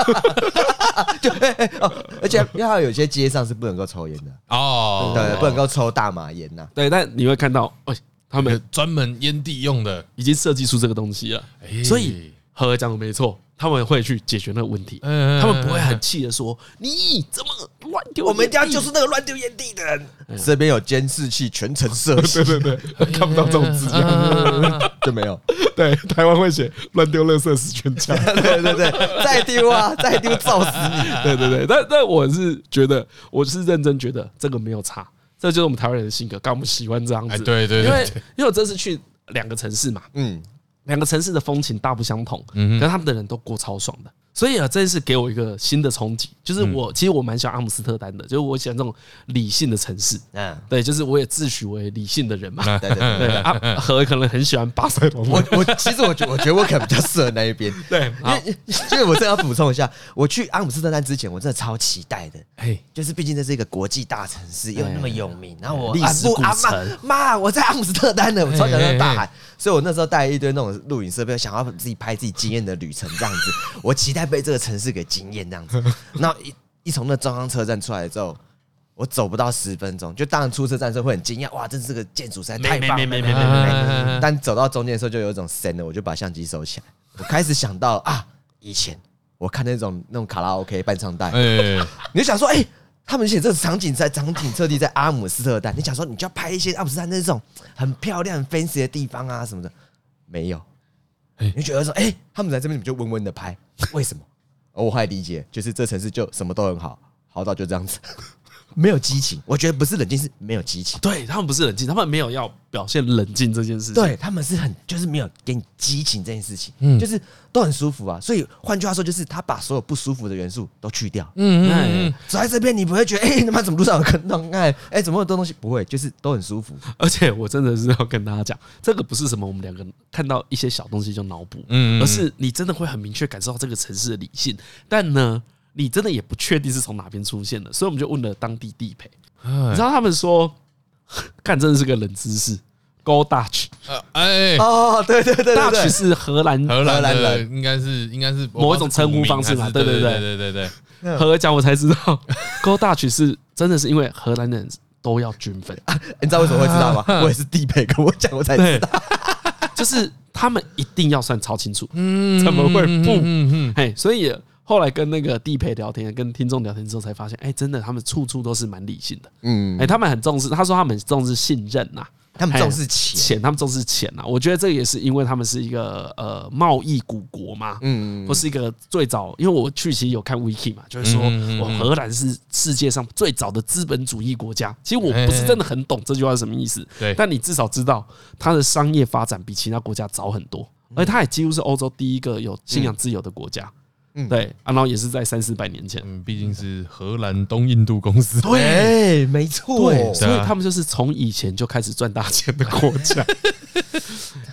Speaker 1: *laughs* 就哎哎哦，而且因为它有些街上是不能够抽烟的，
Speaker 3: 哦，
Speaker 1: 对，不能够抽大麻烟呐。
Speaker 2: 对，但你会看到哎，他们
Speaker 3: 专门烟蒂用的，
Speaker 2: 已经设计出这个东西了，
Speaker 3: 哎
Speaker 2: 所以何讲的没错，他们会去解决那个问题，
Speaker 3: 嗯嗯嗯
Speaker 2: 他们不会很气的说你怎么乱丢烟蒂，
Speaker 1: 我们家就是那个乱丢烟蒂的人，
Speaker 2: 哎
Speaker 1: 这边有监视器全程设
Speaker 2: *laughs*
Speaker 1: 置，对对对，看不到这种字
Speaker 2: 嗯
Speaker 1: *laughs* 就没有。
Speaker 4: 对，台湾会写乱丢垃圾是全家。
Speaker 1: 对对对，再丢啊，再丢照死你。
Speaker 2: *laughs* 对对对，但但我是觉得，我是认真觉得这个没有差，这就是我们台湾人的性格，刚我们喜欢这样
Speaker 3: 哎
Speaker 2: 子。
Speaker 3: 对对对
Speaker 2: 因为
Speaker 3: 对
Speaker 2: 因为我这次去两个城市嘛，
Speaker 1: 嗯，
Speaker 2: 两个城市的风情大不相同，
Speaker 3: 嗯
Speaker 2: 可
Speaker 3: 哼
Speaker 2: 是他们的人都过超爽的。所以啊，这次给我一个新的冲击，就是
Speaker 3: 嗯
Speaker 2: 我其实我蛮喜欢阿姆斯特丹的，就是我喜欢这种理性的城市。
Speaker 1: 嗯，
Speaker 2: 对，就是我也自诩为理性的人嘛。
Speaker 1: 对对对，
Speaker 2: 对啊，何可能很喜欢巴塞罗那
Speaker 1: 我我其实我觉我觉得我可能比较适合那一边，
Speaker 2: 对，
Speaker 1: 因为 *laughs* 因为我真的要补充一下，我去阿姆斯特丹之前，我真的超期待的，
Speaker 2: 哎，
Speaker 1: 就是毕竟这是一个国际大城市，又那么有名，然后我
Speaker 2: 历
Speaker 1: 啊
Speaker 2: 史
Speaker 1: 不
Speaker 2: 古
Speaker 1: 啊
Speaker 2: 城
Speaker 1: 妈妈，我在阿姆斯特丹呢，我超想
Speaker 3: 哎哎
Speaker 1: 要
Speaker 3: 哎
Speaker 1: 大喊，所以我那时候带一堆那种录影设备，想要自己拍自己惊艳的旅程这样子，我期待被这个城市给惊艳这样
Speaker 2: *laughs*
Speaker 1: 子。然后一一从那中央车站出来之后。我走不到十分钟，就当然出车站的时候会很惊讶，哇，这这个建筑实在太棒了！
Speaker 2: 没没没没
Speaker 3: 没没
Speaker 1: *laughs*
Speaker 3: 没
Speaker 1: 但走到中间的时候，就有一种神了，我就把相机收起来。我开始想到啊，以前我看那种那种卡拉 OK 伴唱带，
Speaker 3: 哎，
Speaker 1: 你就想说，哎、他们写这个场景在场景设定在阿姆斯特丹，你想说你就要拍一些阿姆斯特丹那种很漂亮、很 fancy 的地方啊什么的，没有。你就觉得说，哎、他们来这边你们就温温的拍，为什么？而我后来理解，就是这城市就什么都很好，好到就这样子， *laughs* 没有激情。我觉得不是冷静，是没有激情。
Speaker 2: 对他们不是冷静，他们没有要表现冷静这件事情。
Speaker 1: 对嗯他们是很就是没有给你激情这件事情，就是都很舒服啊。所以换句话说，就是他把所有不舒服的元素都去掉，
Speaker 3: 嗯嗯
Speaker 2: 哎，
Speaker 1: 走在这边，你不会觉得 *laughs* 哎、他妈怎么路上有坑洞？哎、哎，怎么有多东西？不会，就是都很舒服。
Speaker 2: 而且我真的是要跟大家讲，这个不是什么我们两个看到一些小东西就脑补，
Speaker 3: 嗯嗯嗯
Speaker 2: 而是你真的会很明确感受到这个城市的理性，但呢，你真的也不确定是从哪边出现的，所以我们就问了当地地陪，你知道他们说， *laughs* 看真的是个冷知识，Go Dutch，
Speaker 3: 哎，
Speaker 1: 哦，对对对对
Speaker 2: Dutch
Speaker 1: 对，
Speaker 2: 是荷兰
Speaker 3: 荷兰
Speaker 1: 荷兰
Speaker 3: 的
Speaker 1: 人
Speaker 3: 应该是应该是
Speaker 2: 某一种称呼方式嘛
Speaker 3: 还是
Speaker 2: 对对
Speaker 3: 对
Speaker 2: 对
Speaker 3: 对对对，
Speaker 2: 荷兰讲我才知道，Go Dutch 是真的是因为荷兰人都要军粉，
Speaker 1: 你知道为什么会知道吗？我也是地陪跟我讲，我才知
Speaker 2: *laughs* 对
Speaker 1: 道。，
Speaker 2: 就是他们一定要算超清楚，
Speaker 3: 嗯
Speaker 2: 怎么会不
Speaker 3: 嗯嗯
Speaker 2: 哎，所以后来跟那个地陪聊天，跟听众聊天之后，才发现，哎，真的他们处处都是蛮理性的，
Speaker 1: 嗯，
Speaker 2: 哎，他们很重视，他说他们很重视信任呐、
Speaker 1: 他们重视钱。
Speaker 2: 钱，他们重视钱呐、我觉得这也是因为他们是一个呃贸易古国嘛，
Speaker 1: 嗯，
Speaker 2: 或是一个最早，因为我去其实有看 wiki 嘛，就是说
Speaker 3: 嗯嗯嗯
Speaker 2: 我荷兰是世界上最早的资本主义国家。其实我不是真的很懂这句话是什么意思，
Speaker 3: 对
Speaker 2: 但你至少知道它的商业发展比其他国家早很多，而它也几乎是欧洲第一个有信仰自由的国家。
Speaker 1: 嗯
Speaker 2: 对，啊，然后也是在三四百年前，
Speaker 3: 嗯，毕竟是荷兰东印度公司，
Speaker 1: 对，哎没错。
Speaker 2: 对，所
Speaker 3: 对
Speaker 2: 以
Speaker 3: 啊
Speaker 2: 他们就是从以前就开始赚大钱的国家。
Speaker 3: *laughs*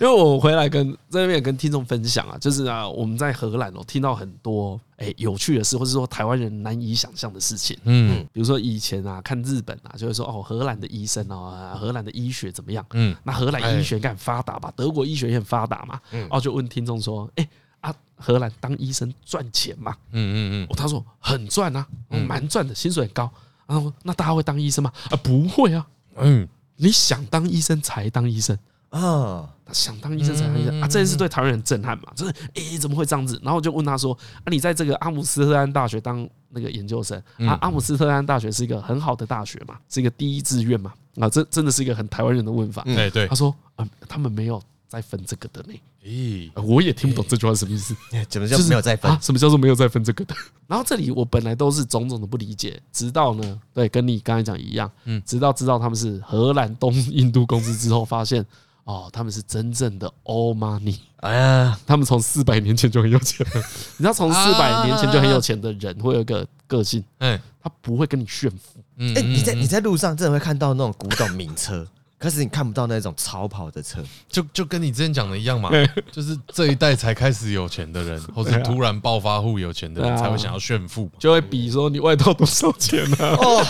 Speaker 2: 因为我回来跟在那边也跟听众分享啊，就是啊，我们在荷兰哦，听到很多哎、有趣的事，或者说台湾人难以想象的事情。
Speaker 3: 嗯
Speaker 2: 比如说以前啊，看日本啊，就会说哦，荷兰的医生哦，啊荷兰的医学怎么样？
Speaker 3: 嗯，哎
Speaker 2: 那荷兰医学应该很发达吧？德国医学也很发达嘛？
Speaker 3: 嗯
Speaker 2: 哦，就问听众说，哎、啊，荷兰当医生赚钱吗？
Speaker 3: 嗯嗯嗯，
Speaker 2: 哦，他说很赚啊，哦蛮赚的，薪水很高。然后那大家会当医生吗？啊，不会啊，
Speaker 3: 嗯，
Speaker 2: 你想当医生才当医生，
Speaker 1: 啊，
Speaker 2: 想当医生才当医生啊！这件事对台湾人很震撼嘛，就是诶、怎么会这样子？然后我就问他说：“啊，你在这个阿姆斯特丹大学当那个研究生啊？阿姆斯特丹大学是一个很好的大学嘛，是一个第一志愿嘛？啊，这真的是一个很台湾人的问法。
Speaker 3: 哎对
Speaker 2: 他，说：啊，他们没有在分这个的呢。
Speaker 3: 咦，
Speaker 2: 啊我也听不懂这句话是什么意思。”
Speaker 1: 怎么就没有再分
Speaker 2: 啊？什么叫做没有再分这个的？ *laughs* 然后这里我本来都是种种的不理解，直到呢，对，跟你刚才讲一样，嗯，直到知道他们是荷兰东印度公司之后，发现哦，他们是真正的 all money， *laughs*
Speaker 1: 哎呀，
Speaker 2: 他们从四百年前就很有钱了。 *laughs* 你知道，从四百年前就很有钱的人会有一个个性，
Speaker 3: 哎，
Speaker 2: 他不会跟你炫富，
Speaker 3: 嗯
Speaker 1: 哎，你在你在路上真的会看到那种古董名车，可是你看不到那种超跑的车。
Speaker 3: 就就跟你之前讲的一样嘛，就是这一代才开始有钱的
Speaker 2: *laughs*
Speaker 3: 人，或是突然暴发户有钱的人，
Speaker 2: 啊对啊
Speaker 3: 才会想要炫富嘛。
Speaker 2: 就会比说你外套多少钱 *laughs* 啊？
Speaker 1: 哦，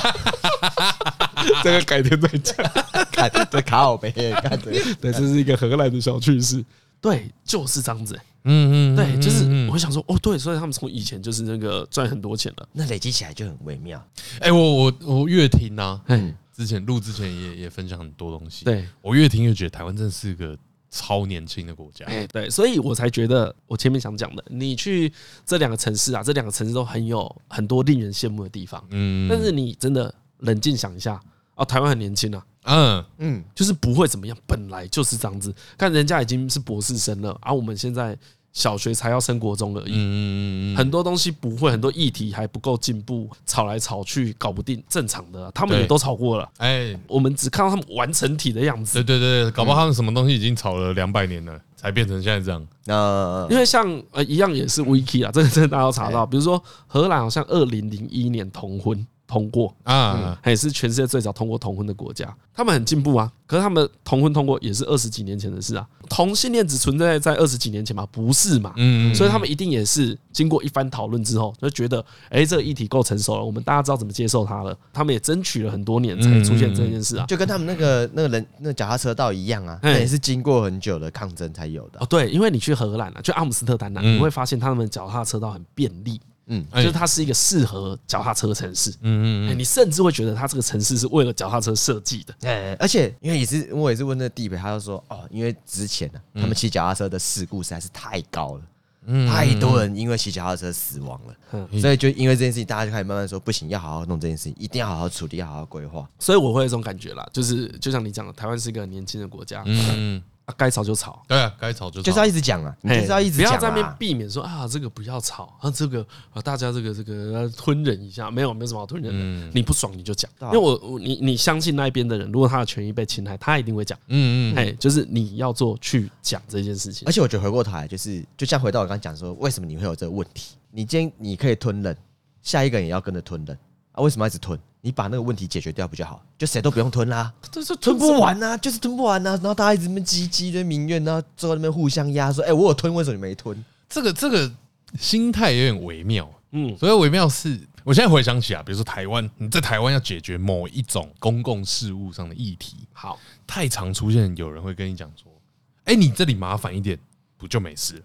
Speaker 2: 这个改天再讲。
Speaker 1: *laughs* 看这卡我呗，看这个。
Speaker 2: 对，这是一个荷兰的小趣事。对，就是这样子、欸
Speaker 3: 嗯嗯，
Speaker 2: 对，就是
Speaker 3: 嗯嗯
Speaker 2: 我想说，哦，对，所以他们从以前就是那个赚很多钱了。
Speaker 1: 那累积起来就很微妙。
Speaker 3: 哎，我我我越听啊，
Speaker 2: 嗯，
Speaker 3: 之前录之前也也分享很多东西，
Speaker 2: 对，
Speaker 3: 我越听越觉得台湾真的是个超年轻的国家。
Speaker 2: 哎，对，所以我才觉得我前面想讲的，你去这两个城市啊，这两个城市都很有很多令人羡慕的地方，
Speaker 3: 嗯，
Speaker 2: 但是你真的冷静想一下，哦，台湾很年轻啊。
Speaker 3: 嗯
Speaker 1: 嗯，
Speaker 2: 就是不会怎么样，本来就是这样子。看人家已经是博士生了，而、啊我们现在小学才要升国中而
Speaker 3: 嗯
Speaker 2: 已，
Speaker 3: 嗯嗯嗯，
Speaker 2: 很多东西不会，很多议题还不够进步，吵来吵去搞不定，正常的啊、他们也
Speaker 3: 对
Speaker 2: 都吵过了，
Speaker 3: 哎，
Speaker 2: 我们只看到他们完成体的样子
Speaker 3: 对。对对，搞不好他们什么东西已经炒了两百年了，才变成现在这样。
Speaker 1: 那
Speaker 2: 因为像呃一样也是 wiki 啊， *laughs* 这个真的大家要查到，比如说荷兰好像二零零一年同婚通过，
Speaker 3: 啊，
Speaker 2: 还是全世界最早通过同婚的国家，他们很进步啊。可是他们同婚通过也是二十几年前的事啊，同性恋只存在在二十几年前嘛，不是嘛？
Speaker 3: 嗯，嗯
Speaker 2: 所以他们一定也是经过一番讨论之后，就觉得，哎，这个议题够成熟了，我们大家知道怎么接受它了。他们也争取了很多年才出现这件事啊。
Speaker 1: 就跟他们那个那个人那个脚踏车道一样啊，
Speaker 2: 嘿
Speaker 1: 那也是经过很久的抗争才有的啊
Speaker 2: 哦，。对，因为你去荷兰啊，去阿姆斯特丹啊，
Speaker 3: 嗯
Speaker 2: 你会发现他们脚踏车道很便利，
Speaker 1: 嗯，
Speaker 2: 就是
Speaker 3: 哎
Speaker 2: 它是一个适合脚踏车的城市。
Speaker 3: 嗯嗯
Speaker 2: 哎，你甚至会觉得它这个城市是为了脚踏车设计的。
Speaker 1: 哎，而且因为也是我也是问那个地陪，他就说哦，因为之前呢、
Speaker 2: 嗯
Speaker 1: 他们骑脚踏车的事故实在是太高了。
Speaker 3: 嗯
Speaker 1: 太多人因为骑脚踏车死亡了，
Speaker 2: 嗯
Speaker 1: 所以就因为这件事情，大家就开始慢慢说，不行，要好好弄这件事情，一定要好好处理，要好好规划。
Speaker 2: 所以我会有一种感觉啦，就是就像你讲的，台湾是一个很年轻的国家，
Speaker 3: 嗯，
Speaker 2: 啊该吵就吵，
Speaker 3: 对啊，该吵就吵
Speaker 1: 就是要一直讲啊，你就是要一直
Speaker 2: 不
Speaker 1: 讲
Speaker 2: 要在那边
Speaker 1: 啊。
Speaker 2: 避免说啊这个不要吵啊这个啊大家这个这个呃吞忍一下，没有没有什么好吞忍的，
Speaker 3: 嗯
Speaker 2: 你不爽你就讲，
Speaker 1: 对
Speaker 2: 因
Speaker 1: 啊
Speaker 2: 为我我你你相信那一边的人，如果他的权益被侵害，他一定会讲，
Speaker 3: 嗯嗯
Speaker 2: 哎，就是你要做去讲这件事情
Speaker 1: 而，且我觉得回过头来，就是就像回到我刚刚讲说，为什么你会有这个问题？你今天你可以吞忍，下一个人也要跟着吞忍啊？为什么要一直吞？你把那个问题解决掉不就好？就谁都不用吞啦、
Speaker 2: 这这
Speaker 1: 吞不完啊，就是吞不完啊。然后大家一直那边唧唧的民怨，然后最后那边互相压说：“哎、我有吞，为什么你没吞
Speaker 3: 这个这个心态有点微妙。
Speaker 2: 嗯
Speaker 3: 所谓微妙是，我现在回想起啊，比如说台湾，你在台湾要解决某一种公共事务上的议题，
Speaker 2: 好，
Speaker 3: 太常出现有人会跟你讲说：“哎，你这里麻烦一点，不就没事了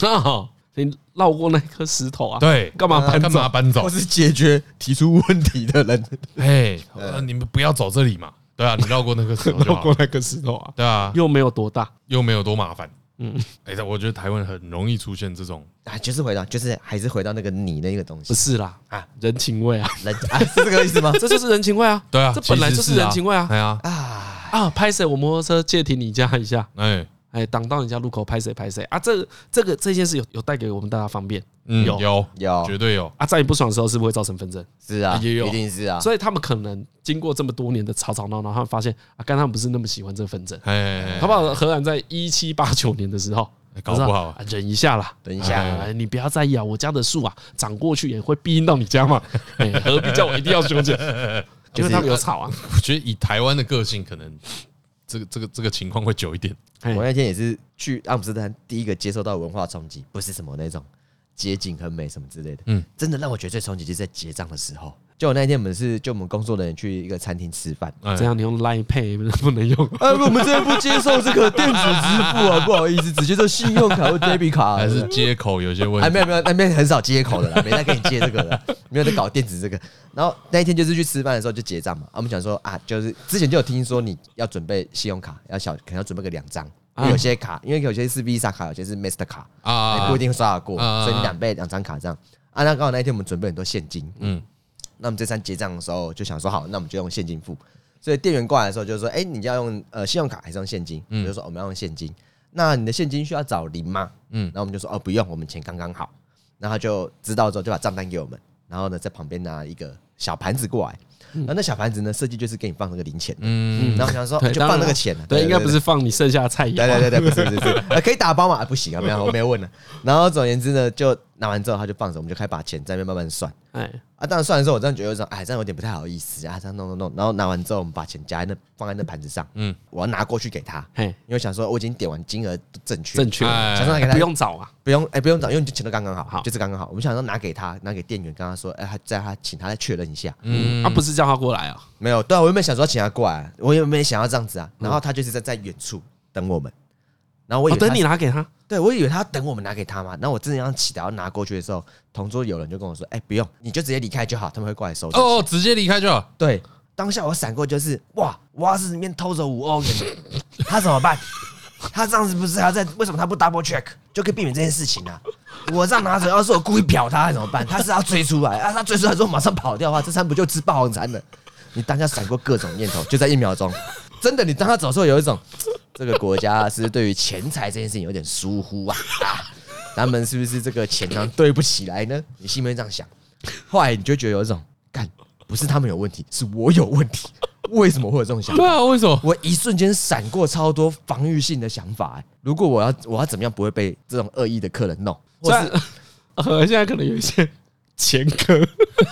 Speaker 2: 那好你绕过那颗石头啊，？”，
Speaker 3: 对，
Speaker 2: 啊干嘛搬
Speaker 3: 干
Speaker 2: 走
Speaker 3: 嘛？搬？”走
Speaker 1: 我？是解决提出问题的人。
Speaker 3: 哎，
Speaker 2: *laughs*
Speaker 3: 呃你们不要走这里嘛。对啊，你绕过那个石头就
Speaker 4: 绕
Speaker 3: 好
Speaker 4: 过
Speaker 3: 了。
Speaker 4: 那个石头啊，
Speaker 3: 对啊，
Speaker 2: 又没有多大，
Speaker 3: 又没有多麻烦。
Speaker 2: 嗯
Speaker 3: 嗯，哎、我觉得台湾很容易出现这种，
Speaker 1: 啊，就是回到，就是还是回到那个你那个东
Speaker 2: 不
Speaker 1: 西，
Speaker 2: 是啦啊
Speaker 1: 啊，
Speaker 2: 人情味啊，
Speaker 1: 人啊，是这个意思吗？
Speaker 2: *laughs*
Speaker 1: *laughs*
Speaker 2: 这就是人情味啊，
Speaker 3: 对啊，
Speaker 2: 这本来就
Speaker 3: 其实
Speaker 2: 是
Speaker 3: 是
Speaker 2: 人情味啊，
Speaker 3: 哎呀，
Speaker 1: 啊，
Speaker 2: 啊，拍谁？我摩托车借停你家一下，
Speaker 3: 哎，
Speaker 2: 哎，挡到你家路口，拍谁拍谁啊！这个这个这件事有有带给我们大家方便
Speaker 3: 嗯，
Speaker 2: 有
Speaker 3: 有
Speaker 1: 有
Speaker 3: 绝对有，
Speaker 2: 啊，在你不爽的时候是不会造成纷争，
Speaker 1: 是啊，
Speaker 2: 也有
Speaker 1: 一定是啊。
Speaker 2: 所以他们可能经过这么多年的吵吵闹闹，他们发现啊，刚他们不是那么喜欢这个纷争，
Speaker 3: 哎，
Speaker 2: 好不好？荷兰在一七八九年的时候。
Speaker 3: 搞不好
Speaker 2: 我说啊，忍一下啦，
Speaker 1: 忍一下
Speaker 2: 哎你不要在意啊，我家的树啊，长过去也会逼荫到你家
Speaker 3: *laughs*
Speaker 2: 嘛，哎何必叫我一定要修剪？因为他们有吵啊，
Speaker 3: 我觉得以台湾的个性，可能这个这个这个情况会久一点。
Speaker 2: 哎
Speaker 1: 我那天也是去阿姆斯特丹，第一个接受到文化冲击，不是什么那种街景很美什么之类的，
Speaker 3: 嗯
Speaker 1: 嗯，真的让我觉得最冲击就是在结账的时候。就我那天我们是就我们工作人员去一个餐厅吃饭，
Speaker 3: 哎
Speaker 2: 这样你用 Line Pay 不能用，
Speaker 1: 哎，我们这边不接受这个电子支付啊，不好意思，只接受信用卡或 debit *laughs* 卡、
Speaker 3: 还是接口有些问
Speaker 1: 哎，
Speaker 3: 题，
Speaker 1: 啊没有没有，那边很少接口的啦，没在跟你接这个的，没有在搞电子这个。然后那一天就是去吃饭的时候就结账嘛，啊我们想说啊，就是之前就有听说你要准备信用卡，要小可能要准备个两张，因为有些卡，因为有些是 Visa 卡，有些是 Master 卡，也
Speaker 3: 啊，
Speaker 1: 不一定刷得过，
Speaker 3: 啊
Speaker 1: 所以你两备两张卡这样。啊，那刚好那一天我们准备很多现金，
Speaker 3: 嗯
Speaker 1: 嗯，那我们这餐结账的时候就想说好，那我们就用现金付。所以店员过来的时候就说，哎、你要用呃信用卡还是用现金？我就说哦我们要用现金。那你的现金需要找零吗？
Speaker 3: 嗯
Speaker 1: 嗯，然后我们就说哦不用，我们钱刚刚好。然后他就知道之后就把账单给我们，然后呢在旁边拿一个小盘子过来，然后那小盘子呢设计就是给你放那个零钱，
Speaker 3: 嗯，
Speaker 1: 然后我想说
Speaker 2: 对
Speaker 1: 哦就
Speaker 2: 当然啊
Speaker 1: 放那个钱了，
Speaker 2: 对，应该不是放你剩下的菜啊肴
Speaker 1: 对对对对，不是不是不是，呃，可以打包嘛？啊不行啊，没有，我没有问了。然后总而言之呢，就拿完之后他就放着，我们就开始把钱在那边慢慢算
Speaker 2: 哎，
Speaker 1: 啊。当然算的时候，我这样觉得有一种，哎，这样有点不太好意思啊，这样弄弄弄。然后拿完之后，我们把钱夹在那放在那盘子上，
Speaker 3: 嗯
Speaker 1: 嗯，我要拿过去给他，
Speaker 2: 嘿，
Speaker 1: 因为想说我已经点完金额正确，
Speaker 2: 正确，
Speaker 3: 哎
Speaker 1: 想说拿给他
Speaker 2: 不用找啊，
Speaker 1: 不用，哎、不用找，因为你钱都刚刚好，
Speaker 2: 好
Speaker 1: 就是刚刚好。我们想说拿给他，拿给店员，跟他说，哎、他在他请他再确认一下，
Speaker 3: 嗯
Speaker 2: 啊，不是叫他过来啊，
Speaker 1: 没有，对啊，我原本想说请他过来，我原本想要这样子啊，然后他就是在在远处等我们，然后我以
Speaker 2: 我
Speaker 1: 为他
Speaker 2: 哦等你拿给他，
Speaker 1: 对，我以为他要等我们拿给他嘛，然后我真的要起来要拿过去的时候，同桌有人就跟我说：“哎、不用，你就直接离开就好，他们会过来收。”哦，
Speaker 3: 哦，直接离开就好。
Speaker 1: 对，当下我闪过就是哇，我要是里面偷走五欧元，他怎么办？他这样子不是还要在？为什么他不 double check 就可以避免这件事情呢、啊？我这样拿着，要是我故意瞟他怎么办？他是要追出来啊？他追出来之后马上跑掉的话，这餐不就吃霸王餐了？你当下闪过各种念头，就在一秒钟。真的，你当他走的时候有一种，这个国家是不是对于钱财这件事情有点疏忽啊？啊，他们是不是这个钱常对不起来呢？你心里面这样想，后来你就觉得有一种，干不是他们有问题，是我有问题，为什么会有这种想法
Speaker 3: 对？啊，为什么？
Speaker 1: 我一瞬间闪过超多防御性的想法、欸。如果我要我要怎么样不会被这种恶意的客人弄，或
Speaker 2: 虽
Speaker 1: 是
Speaker 2: 然 *laughs* 呃，现在可能有一些前科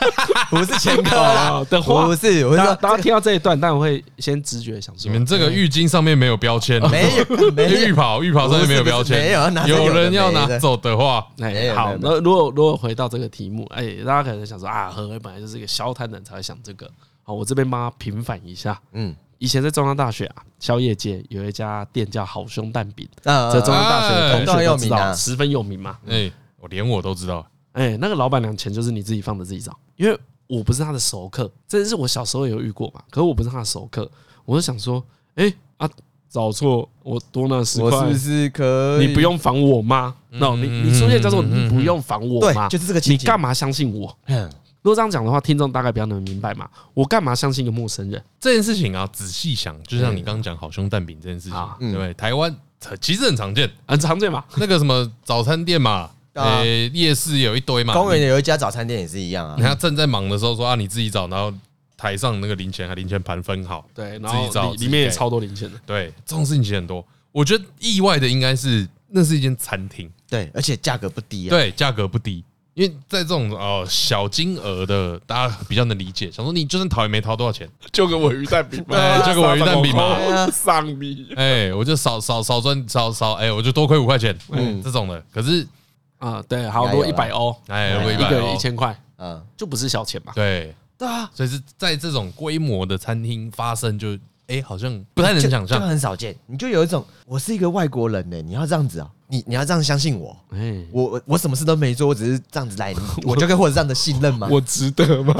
Speaker 1: *laughs* 不是前
Speaker 2: *laughs*
Speaker 1: 科啦
Speaker 2: 哦的话
Speaker 1: 不是，我是
Speaker 2: 大
Speaker 1: 说
Speaker 2: 家大家听到这一段，当然会先直觉想
Speaker 3: 你
Speaker 2: 说，
Speaker 3: 们这个浴巾上面没有标签，
Speaker 1: 哎没
Speaker 3: *laughs*
Speaker 1: 有没有
Speaker 3: 浴袍，浴袍上面没有标签，
Speaker 1: 不是没有拿着
Speaker 3: 有人要
Speaker 1: 有的没的
Speaker 3: 拿走的话，
Speaker 1: 没
Speaker 2: 哎，
Speaker 1: 有没
Speaker 2: 好，
Speaker 1: 有没
Speaker 2: 那如果如果回到这个题目，哎，大家可能想说啊，何为本来就是一个消摊人才会想这个。好，我这边帮他平反一下。
Speaker 1: 嗯，
Speaker 2: 以前在中央大学啊，宵夜街有一家店叫好兄蛋饼，
Speaker 1: 呃
Speaker 2: 在中央大学的同学都知
Speaker 1: 哎
Speaker 2: 道，十分有名嘛。
Speaker 3: 哎，我连我都知道，
Speaker 2: 哎，那个老板娘钱就是你自己放的自己找，因为我不是他的熟客，这是我小时候有遇过嘛，可是我不是他的熟客，我就想说，哎啊，找错，我多拿十
Speaker 1: 我
Speaker 2: 块，
Speaker 1: 是不是可以？
Speaker 2: 你不用防我妈，那、你你出现叫做你不用防我
Speaker 1: 对
Speaker 2: 妈，，
Speaker 1: 就是这个情
Speaker 2: 你
Speaker 1: 景
Speaker 2: 干嘛相信我？
Speaker 1: 嗯
Speaker 2: 如果这样讲的话，听众大概比较能明白嘛。我干嘛相信一个陌生人？
Speaker 3: 这件事情啊，仔细想，就像你刚刚讲好兄蛋饼这件事情
Speaker 2: 啊，
Speaker 1: 嗯
Speaker 3: 对不对？台湾呃其实很常见， *laughs*
Speaker 2: 很常见嘛。
Speaker 3: 那个什么早餐店嘛，
Speaker 1: 啊
Speaker 3: 呃，夜市有一堆嘛，
Speaker 1: 公园有一家早餐店也是一样啊
Speaker 3: 你。看他正在忙的时候说啊，你自己找，然后台上那个零钱还零钱盘分好，
Speaker 2: 对，然
Speaker 3: 自己
Speaker 2: 后里
Speaker 3: 找自己
Speaker 2: 里面也
Speaker 3: 给
Speaker 2: 超多零钱的。
Speaker 3: 对，这种事情其实很多。我觉得意外的应该是那是一间餐厅，
Speaker 1: 对，而且价格不低啊。
Speaker 3: 对，价格不低。因为在这种哦小金额的，大家比较能理解。想说你就算讨也没讨多少钱，
Speaker 4: 就跟我鱼蛋饼嘛， *laughs*
Speaker 3: 哎就跟我鱼蛋饼嘛
Speaker 1: 哎
Speaker 2: *laughs*
Speaker 1: 呀
Speaker 4: 上米。
Speaker 3: 哎，我就少少少赚少少，哎，我就多亏五块钱，嗯，这种的。可是，
Speaker 2: 啊，对，好多
Speaker 1: 加油
Speaker 2: 一
Speaker 1: 啦
Speaker 2: 百欧，
Speaker 3: 哎，
Speaker 1: 哎
Speaker 3: 我
Speaker 2: 一
Speaker 3: 百
Speaker 2: 个
Speaker 3: 哦
Speaker 2: 人一千块，
Speaker 1: 嗯，
Speaker 2: 就不是小钱嘛。
Speaker 3: 对，
Speaker 1: 对啊，
Speaker 3: 所以是在这种规模的餐厅发生就，哎，好像不太能
Speaker 1: 就
Speaker 3: 想象
Speaker 1: 就。很少见。你就有一种，我是一个外国人呢、你要这样子啊，你你要这样相信我，
Speaker 2: 哎，
Speaker 1: 我我我什么事都没做，我只是这样子
Speaker 2: *laughs*
Speaker 1: 来，你我就可以获得这样的信任吗？
Speaker 4: 我值得吗？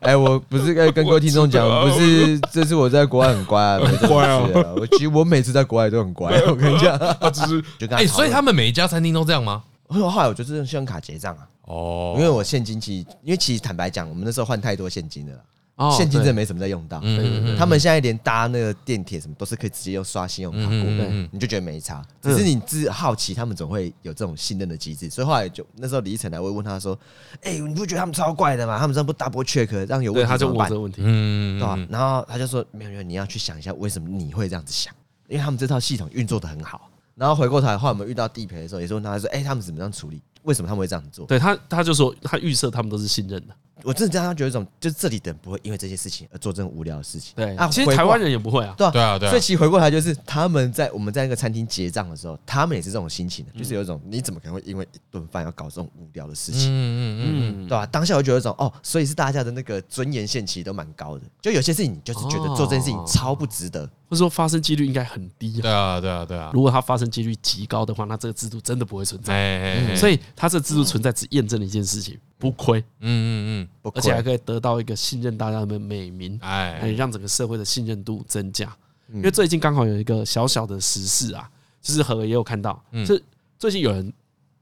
Speaker 1: 哎、我不是跟跟各位听众讲，不是，这是我在国外很乖、啊，很
Speaker 4: 乖啊
Speaker 1: 我其实我每次在国外都很乖，我跟你讲，
Speaker 4: 他只是
Speaker 1: *laughs* 就跟
Speaker 3: 哎，所以他
Speaker 1: 们
Speaker 3: 们每一家餐厅都这样吗？
Speaker 1: 后来我就是用信用卡结账啊，
Speaker 3: 哦
Speaker 1: 因为我现金其实，因为其实坦白讲，我们那时候换太多现金了啦，
Speaker 2: 哦
Speaker 1: 现金真的
Speaker 2: 对
Speaker 1: 没什么在用到。
Speaker 2: 对对对
Speaker 1: 他们现在连搭那个电铁什么都是可以直接用刷信用卡过
Speaker 3: 嗯嗯
Speaker 1: 的，
Speaker 3: 嗯
Speaker 1: 你就觉得没差。只是你自好奇他们总会有这种信任的机制，所以后来就那时候李依晨来，我会问他说：“哎、你不觉得他们超怪的吗？他们这样不 double check 让有问
Speaker 2: 对，
Speaker 1: 题
Speaker 2: 他就
Speaker 1: 怎么办
Speaker 2: 问我这个问题。
Speaker 3: 嗯
Speaker 1: 对吧、然后他就说没有没有，你要去想一下为什么你会这样子想，因为他们这套系统运作的很好。然后回过头来，后来我们遇到地陪的时候，也是问他说，哎、他们怎么样处理？为什么他们会这样做？
Speaker 2: 对他，他就说他预测他们都是信任的。
Speaker 1: 我真的让他觉得一种，就是这里的人不会因为这些事情而做这种无聊的事情。
Speaker 2: 对
Speaker 1: 啊，，
Speaker 2: 其
Speaker 1: 回过
Speaker 2: 实台湾人也不会啊。
Speaker 1: 对啊
Speaker 3: 对啊对啊
Speaker 1: 所以其实回过头来就是他们在我们在那个餐厅结账的时候，他们也是这种心情
Speaker 2: 嗯
Speaker 1: 的，就是有一种你怎么可能会因为一顿饭要搞这种无聊的事情？
Speaker 3: 嗯嗯嗯
Speaker 2: 嗯，
Speaker 1: 对吧、当下我觉得说，哦，所以是大家的那个尊严线其实都蛮高的，就有些事情你就是觉得做这件事情
Speaker 2: 哦
Speaker 1: 超不值得，
Speaker 2: 或者说发生几率应该很低啊。
Speaker 3: 嗯，对啊对啊对啊，
Speaker 2: 如果它发生几率极高的话，那这个制度真的不会存在。
Speaker 3: 哎哎，
Speaker 2: 所
Speaker 3: 以
Speaker 2: 以它这个制度存在只验证了一件事情，不亏，
Speaker 3: 嗯嗯
Speaker 1: 不
Speaker 2: 而
Speaker 1: 亏
Speaker 2: 且还可以得到一个信任大家的美名
Speaker 3: 嗯，，哎嗯
Speaker 2: 哎，让整个社会的信任度增加。因为最近刚好有一个小小的时事啊，就是何也有看到，
Speaker 3: 嗯
Speaker 2: 就是最近有人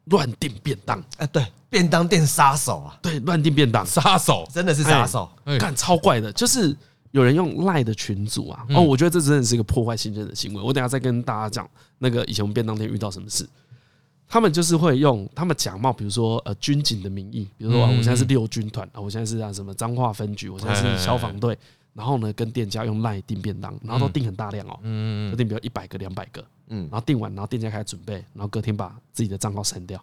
Speaker 2: 乱订便当，
Speaker 1: 啊，对，便当店杀手啊，
Speaker 2: 对，乱订便当，
Speaker 3: 杀手，
Speaker 1: 真的是杀手。
Speaker 3: 哎
Speaker 2: 干超怪的，就是有人用赖的群组
Speaker 3: 嗯
Speaker 2: 啊，哦，我觉得这真的是一个破坏信任的行为。我等一下再跟大家讲那个以前我们便当店遇到什么事。他们就是会用他们假冒，比如说呃军警的名义，比如说、啊、我现在是
Speaker 3: 嗯
Speaker 2: 六军团啊，我现在是啊什么彰化分局，我现在
Speaker 3: 哎
Speaker 2: 是消防队，然后呢跟店家用赖订便当，然后都订很大量哦，
Speaker 3: 嗯
Speaker 2: 就订比如一百个、两百个，
Speaker 1: 嗯
Speaker 2: 然后订完，然后店家开始准备，然后隔天把自己的账号删掉，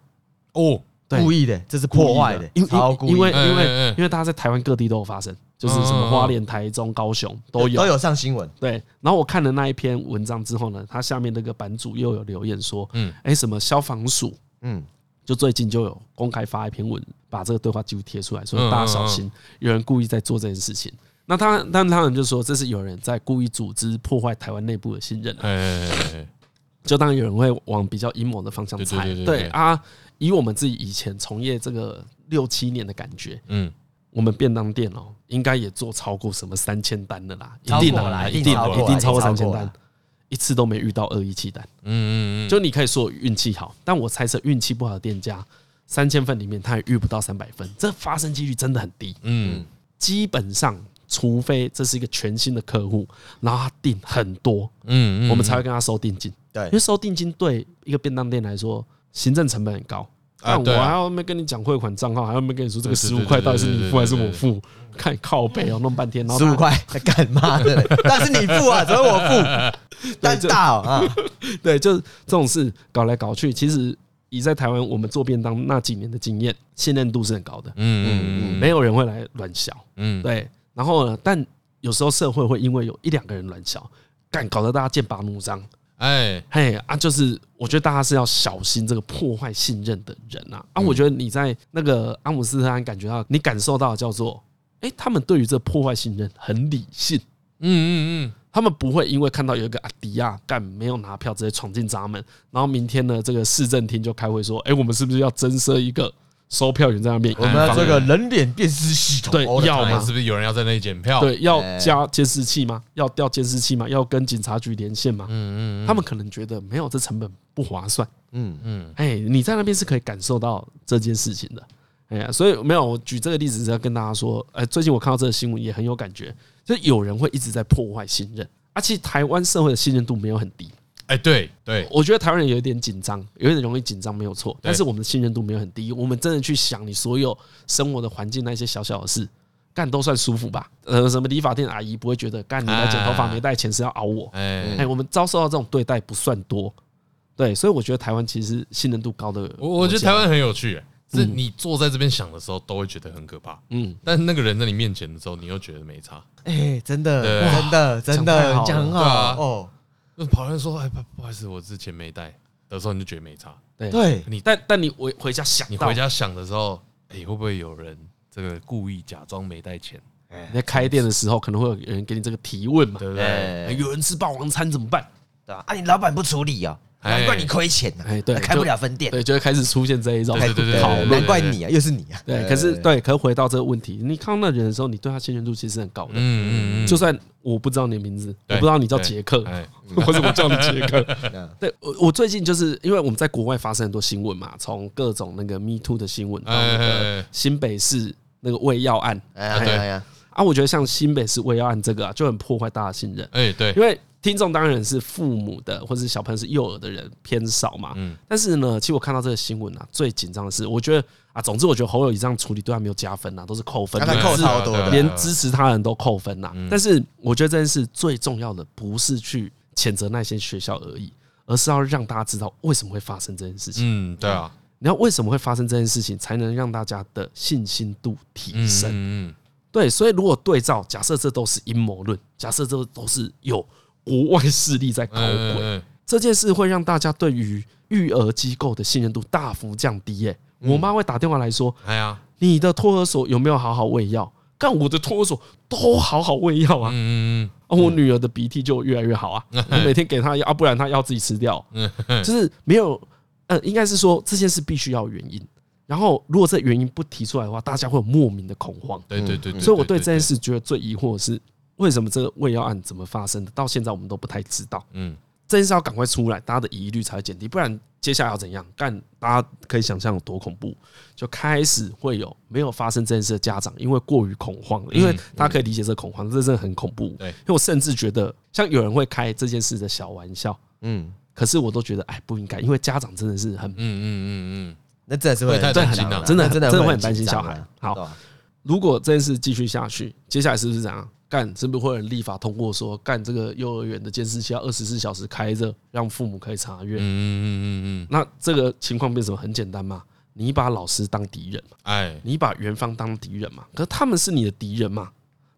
Speaker 3: 哦，
Speaker 2: 对
Speaker 1: 故意的，这是破坏的，
Speaker 2: 因为
Speaker 1: 超故意的，
Speaker 2: 因为
Speaker 3: 哎哎
Speaker 2: 因
Speaker 3: 哎
Speaker 2: 为因为大家在台湾各地都有发生，就是什
Speaker 3: 嗯
Speaker 2: 么花莲、台中、高雄都有
Speaker 1: 都。有上新闻，
Speaker 2: 对，然后我看了那一篇文章之后呢，他下面那个版主又有留言说，
Speaker 3: 嗯
Speaker 2: 嗯，哎，什么消防署
Speaker 1: 嗯，
Speaker 2: 就最近就有公开发一篇文，把这个对话记录贴出来，说
Speaker 3: 嗯
Speaker 2: 大家小心，有人故意在做这件事情。那他但他们就说这是有人在故意组织破坏台湾内部的信任啊、
Speaker 3: 哎哎哎哎，
Speaker 2: 就当然有人会往比较阴谋的方向猜
Speaker 3: 对对对，对对
Speaker 2: 对啊，以我们自己以前从业这个六七年的感觉，
Speaker 3: 嗯，
Speaker 2: 我们便当店哦，应该也做超过什么三千单的啦，一
Speaker 1: 超
Speaker 2: 定
Speaker 1: 过
Speaker 2: 的
Speaker 1: 啦
Speaker 2: 啦，
Speaker 1: 一定
Speaker 2: 定啊
Speaker 1: 超过啦
Speaker 2: 一定超过
Speaker 1: 一定超过
Speaker 2: 三千单
Speaker 1: 啦，
Speaker 2: 一次都没遇到恶意弃单。
Speaker 3: 嗯嗯嗯，
Speaker 2: 就你可以说我运气好，但我猜测运气不好的店家，三千份里面他也遇不到三百份，这发生几率真的很低。
Speaker 3: 嗯
Speaker 2: 基本上，除非这是一个全新的客户，然后他订很多，
Speaker 3: 嗯嗯，
Speaker 2: 我们才会跟他收定金。因
Speaker 1: 对
Speaker 2: 为，收定金对一个便当店来说，行政成本很高，
Speaker 3: 啊
Speaker 2: 那
Speaker 3: 对
Speaker 2: 我
Speaker 3: 啊
Speaker 2: 还要没跟你讲汇款账号，还要没跟你说这个
Speaker 3: 对
Speaker 2: 十
Speaker 3: 对
Speaker 2: 五
Speaker 3: 对
Speaker 2: 块到底是
Speaker 3: 对对
Speaker 2: 你
Speaker 3: 对
Speaker 2: 付还是
Speaker 3: 对
Speaker 2: 我
Speaker 3: 对
Speaker 2: 付？看靠背哦，弄半天，然后
Speaker 1: 十
Speaker 2: 他
Speaker 1: 五块在干嘛的？ *laughs* 那是你付啊，怎么我
Speaker 2: *laughs*
Speaker 1: 付？蛋大哦啊！
Speaker 2: 哎对，就是这种事搞来搞去，其实以在台湾我们做便当那几年的经验，信任度是很高的，
Speaker 3: 嗯嗯嗯
Speaker 2: 没有人会来乱笑。
Speaker 3: 嗯，
Speaker 2: 对，然后呢，但有时候社会会因为有一两个人乱笑，干搞得大家剑拔弩张。
Speaker 3: 哎，
Speaker 2: 嘿啊，就是我觉得大家是要小心这个破坏信任的人啊啊！我觉得你在那个阿姆斯特丹感觉到，你感受到的叫做，哎，他们对于这破坏信任很理性。
Speaker 3: 嗯嗯
Speaker 2: 他们不会因为看到有一个阿迪亚干没有拿票直接闯进闸门，然后明天呢，这个市政厅就开会说，哎，我们是不是要增设一个收票员在那边
Speaker 1: 我
Speaker 2: 以
Speaker 1: 们要
Speaker 2: 防
Speaker 1: 这个人脸辨识系统，哦
Speaker 2: 对
Speaker 1: all the
Speaker 2: 要
Speaker 3: 嗯，
Speaker 2: 嘛
Speaker 1: time
Speaker 3: 看是不是有人要在那里检票？，
Speaker 2: 对
Speaker 1: 哎
Speaker 2: 要加监视器吗？要调监视器吗？要跟警察局连线吗？
Speaker 3: 嗯嗯
Speaker 2: 他们可能觉得没有这成本不划算。
Speaker 1: 嗯，
Speaker 3: 嗯
Speaker 2: 哎，你在那边是可以感受到这件事情的。哎呀，所以没有我举这个例子是要跟大家说，哎，最近我看到这个新闻也很有感觉，就是有人会一直在破坏信任，而且台湾社会的信任度没有很低。
Speaker 3: 哎，对对，
Speaker 2: 我觉得台湾人有一点紧张，有点容易紧张，没有错。但是我们的信任度没有很低，我们真的去想你所有生活的环境那些小小的事，干都算舒服吧？呃，什么理发店阿姨不会觉得干你来剪头发
Speaker 3: 啊
Speaker 2: 没带钱是要熬我？
Speaker 3: 哎，
Speaker 2: 哎，我们遭受到这种对待不算多，对，所以我觉得台湾其实信任度高的国家，
Speaker 3: 我我觉得台湾很有趣，是你坐在这边想的时候都会觉得很可怕，
Speaker 2: 嗯，
Speaker 3: 但是那个人在你面前的时候，你又觉得没差。
Speaker 1: 哎，真的，
Speaker 3: 对
Speaker 1: 真的，真的
Speaker 2: 讲太好了
Speaker 1: 讲很好
Speaker 3: 对啊
Speaker 1: 哦，
Speaker 3: 那跑人说：“哎，不不好意思，我之前没带。”的时候你就觉得没差，
Speaker 2: 对
Speaker 1: 对，
Speaker 3: 你
Speaker 2: 但但你回回家想，
Speaker 3: 你回，家想的时候，哎，会不会有人这个故意假装没带钱，
Speaker 2: 你在哎开店的时候可能会有人给你这个提问嘛？
Speaker 3: 对不对？
Speaker 2: 哎
Speaker 1: 哎，
Speaker 2: 有人吃霸王餐怎么办？
Speaker 1: 对啊，啊你老板不处理啊，
Speaker 3: 哎
Speaker 1: 难怪你亏钱呐啊
Speaker 2: 哎，对
Speaker 1: 开不
Speaker 2: 就
Speaker 1: 了分店，
Speaker 2: 对，就会开始出现这一种
Speaker 3: 对对对对
Speaker 2: 讨
Speaker 3: 对
Speaker 2: 论
Speaker 3: 对。
Speaker 1: 难怪你啊，又是你啊，
Speaker 2: 对，可是对，可是回到这个问题，你看到那人的时候，你对他信任度其实很高的。
Speaker 3: 嗯嗯嗯，
Speaker 2: 就是算我不知道你的名字，我
Speaker 3: 对
Speaker 2: 不知道你叫杰克，
Speaker 3: 哎，
Speaker 2: *laughs* 或者我叫你杰克。
Speaker 1: 嗯
Speaker 2: *laughs* 对，我我最近就是因为我们在国外发生很多新闻嘛，从各种那个 Me Too 的新闻到那
Speaker 3: 哎哎
Speaker 2: 个
Speaker 3: 哎
Speaker 2: 新北市那个胃药案
Speaker 1: 哎呀
Speaker 3: 对
Speaker 1: 哎呀，
Speaker 2: 啊，我觉得像新北市胃药案这个啊，就很破坏大家的信任。
Speaker 3: 哎，对
Speaker 2: 因，为听众当然是父母的或是小朋友是幼儿的人偏少嘛，
Speaker 3: 嗯
Speaker 2: 但是呢，其实我看到这个新闻啊，最紧张的是，我觉得啊，总之我觉得侯友宜这样处理对他没有加分呐、啊，都是扣分
Speaker 1: 刚
Speaker 2: 的，
Speaker 1: 才扣
Speaker 2: 甚至
Speaker 1: 超多
Speaker 3: 对啊
Speaker 1: 的，
Speaker 3: 对啊嗯
Speaker 2: 连支持他人都扣分呐、但是我觉得这件事最重要的不是去谴责那些学校而已，而是要让大家知道为什么会发生这件事情。
Speaker 3: 嗯，对啊，
Speaker 2: 你要为什么会发生这件事情，才能让大家的信心度提
Speaker 3: 嗯
Speaker 2: 升。
Speaker 3: 嗯
Speaker 2: 对，所以如果对照，假设这都是阴谋论，假设这都是有国外势力在搞
Speaker 3: 嗯
Speaker 2: 鬼，
Speaker 3: 嗯，
Speaker 2: 这件事会让大家对于育儿机构的信任度大幅降低、耶，
Speaker 3: 嗯
Speaker 2: 我妈会打电话来说，
Speaker 3: 哎呀，
Speaker 2: 你的托儿所有没有好好喂药？干我的托儿所都好好喂药啊！
Speaker 3: 嗯
Speaker 2: 啊我女儿的鼻涕就越来越好
Speaker 3: *laughs*
Speaker 2: 啊！我每天给她药，啊，不然她药自己吃掉。
Speaker 3: 嗯嗯，
Speaker 2: 就是没有，呃，应该是说这件事必须要有原因。然后如果这原因不提出来的话，大家会有莫名的恐慌。
Speaker 3: 对对对，
Speaker 2: 所以我嗯对这件，事觉得最疑惑的是，为什么这个胃药案怎么发生的，到现在我们都不太知道。
Speaker 3: 嗯，
Speaker 2: 这件事要赶快出来，大家的疑虑才会减低，不然接下来要怎样干？大家可以想象有多恐怖，就开始会有没有发生这件事的家长，因为过于恐慌了，因为大家可以理解这个恐慌，这真的很恐怖。
Speaker 3: 对
Speaker 2: 因为我甚至觉得，像有人会开这件事的小玩笑，
Speaker 1: 嗯，
Speaker 2: 可是我都觉得哎不应该，因为家长真的是很
Speaker 3: 嗯嗯嗯
Speaker 1: 那真的是会
Speaker 3: 会太担心
Speaker 1: 紧张
Speaker 3: 啊
Speaker 2: 真的
Speaker 1: 真的
Speaker 2: 真的会
Speaker 1: 会
Speaker 2: 很担心
Speaker 1: 紧张
Speaker 2: 小孩
Speaker 1: 啊
Speaker 2: 好
Speaker 1: 对啊
Speaker 2: 如果这件事继续下去，接下来是不是这样？干是不是会有立法通过说，干这个幼儿园的监视器要二十四小时开着，让父母可以查
Speaker 3: 嗯
Speaker 2: 阅？
Speaker 3: 嗯嗯嗯嗯，
Speaker 2: 那这个情况变成什么很简单嘛，你把老师当敌人嘛，
Speaker 3: 哎，
Speaker 2: 你把园方当敌人嘛，可是他们是你的敌人嘛，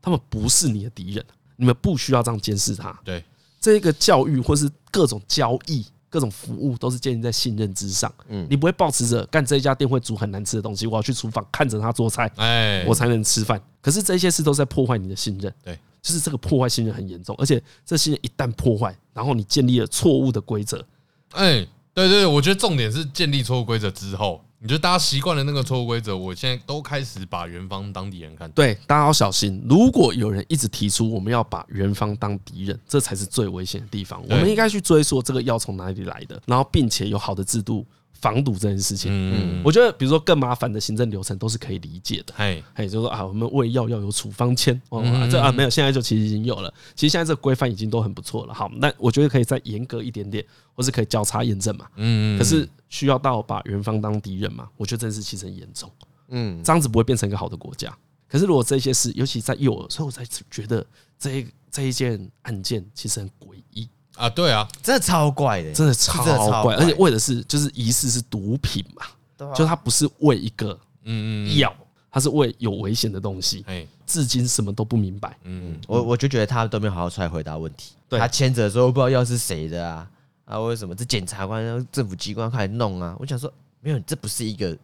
Speaker 2: 他们不是你的敌人，你们不需要这样监视他。
Speaker 3: 对，
Speaker 2: 这个教育或是各种交易、各种服务都是建立在信任之上，嗯，你不会抱持着干这一家店会煮很难吃的东西，我要去厨房看着他做菜，
Speaker 3: 哎，
Speaker 2: 我才能吃饭。可是这些事都在破坏你的信任，
Speaker 3: 对，
Speaker 2: 就是这个破坏信任很严重，而且这信任一旦破坏，然后你建立了错误的规则，
Speaker 3: 哎，对对，我觉得重点是建立错误规则之后，你觉得大家习惯了那个错误规则，我现在都开始把元方当敌人看。
Speaker 2: 对，大家要小心。如果有人一直提出我们要把元方当敌人，这才是最危险的地方。我
Speaker 3: 对
Speaker 2: 们应该去追溯这个药从哪里来的，然后并且有好的制度防堵这件事情。
Speaker 3: 嗯，
Speaker 2: 我觉得，比如说更麻烦的行政流程都是可以理解的。
Speaker 3: 嘿，
Speaker 2: 哎，就是说啊，我们喂药要有处方签哦，
Speaker 1: 嗯
Speaker 2: 啊这啊没有，现在就其实已经有了。其实现在这个规范已经都很不错了。好，那我觉得可以再严格一点点，或是可以交叉验证嘛。
Speaker 3: 嗯，
Speaker 2: 可是需要到把元方当敌人嘛？我觉得这件事其实很严重，
Speaker 1: 嗯，
Speaker 2: 这样子不会变成一个好的国家。可是如果这些事，尤其在幼儿，所以我才觉得这一这一件案件其实很诡异，
Speaker 3: 啊，对啊，
Speaker 1: 真的超怪的，
Speaker 2: 真的
Speaker 1: 是
Speaker 2: 超
Speaker 1: 真的超
Speaker 2: 怪，
Speaker 1: 怪
Speaker 2: 而且为的是就是疑似是毒品嘛，
Speaker 1: 对啊
Speaker 2: 就它不是为一个
Speaker 3: 嗯嗯，
Speaker 2: 药，它是为有危险的东西，
Speaker 3: 哎，
Speaker 2: 至今什么都不明白。
Speaker 3: 嗯，
Speaker 1: 我我就觉得他都没有好好出来回答问题。
Speaker 2: 对
Speaker 1: 他牵着说不知道药是谁的啊啊，为什么这检察官、啊政府机关快来弄啊？我想说，没有，这不是一个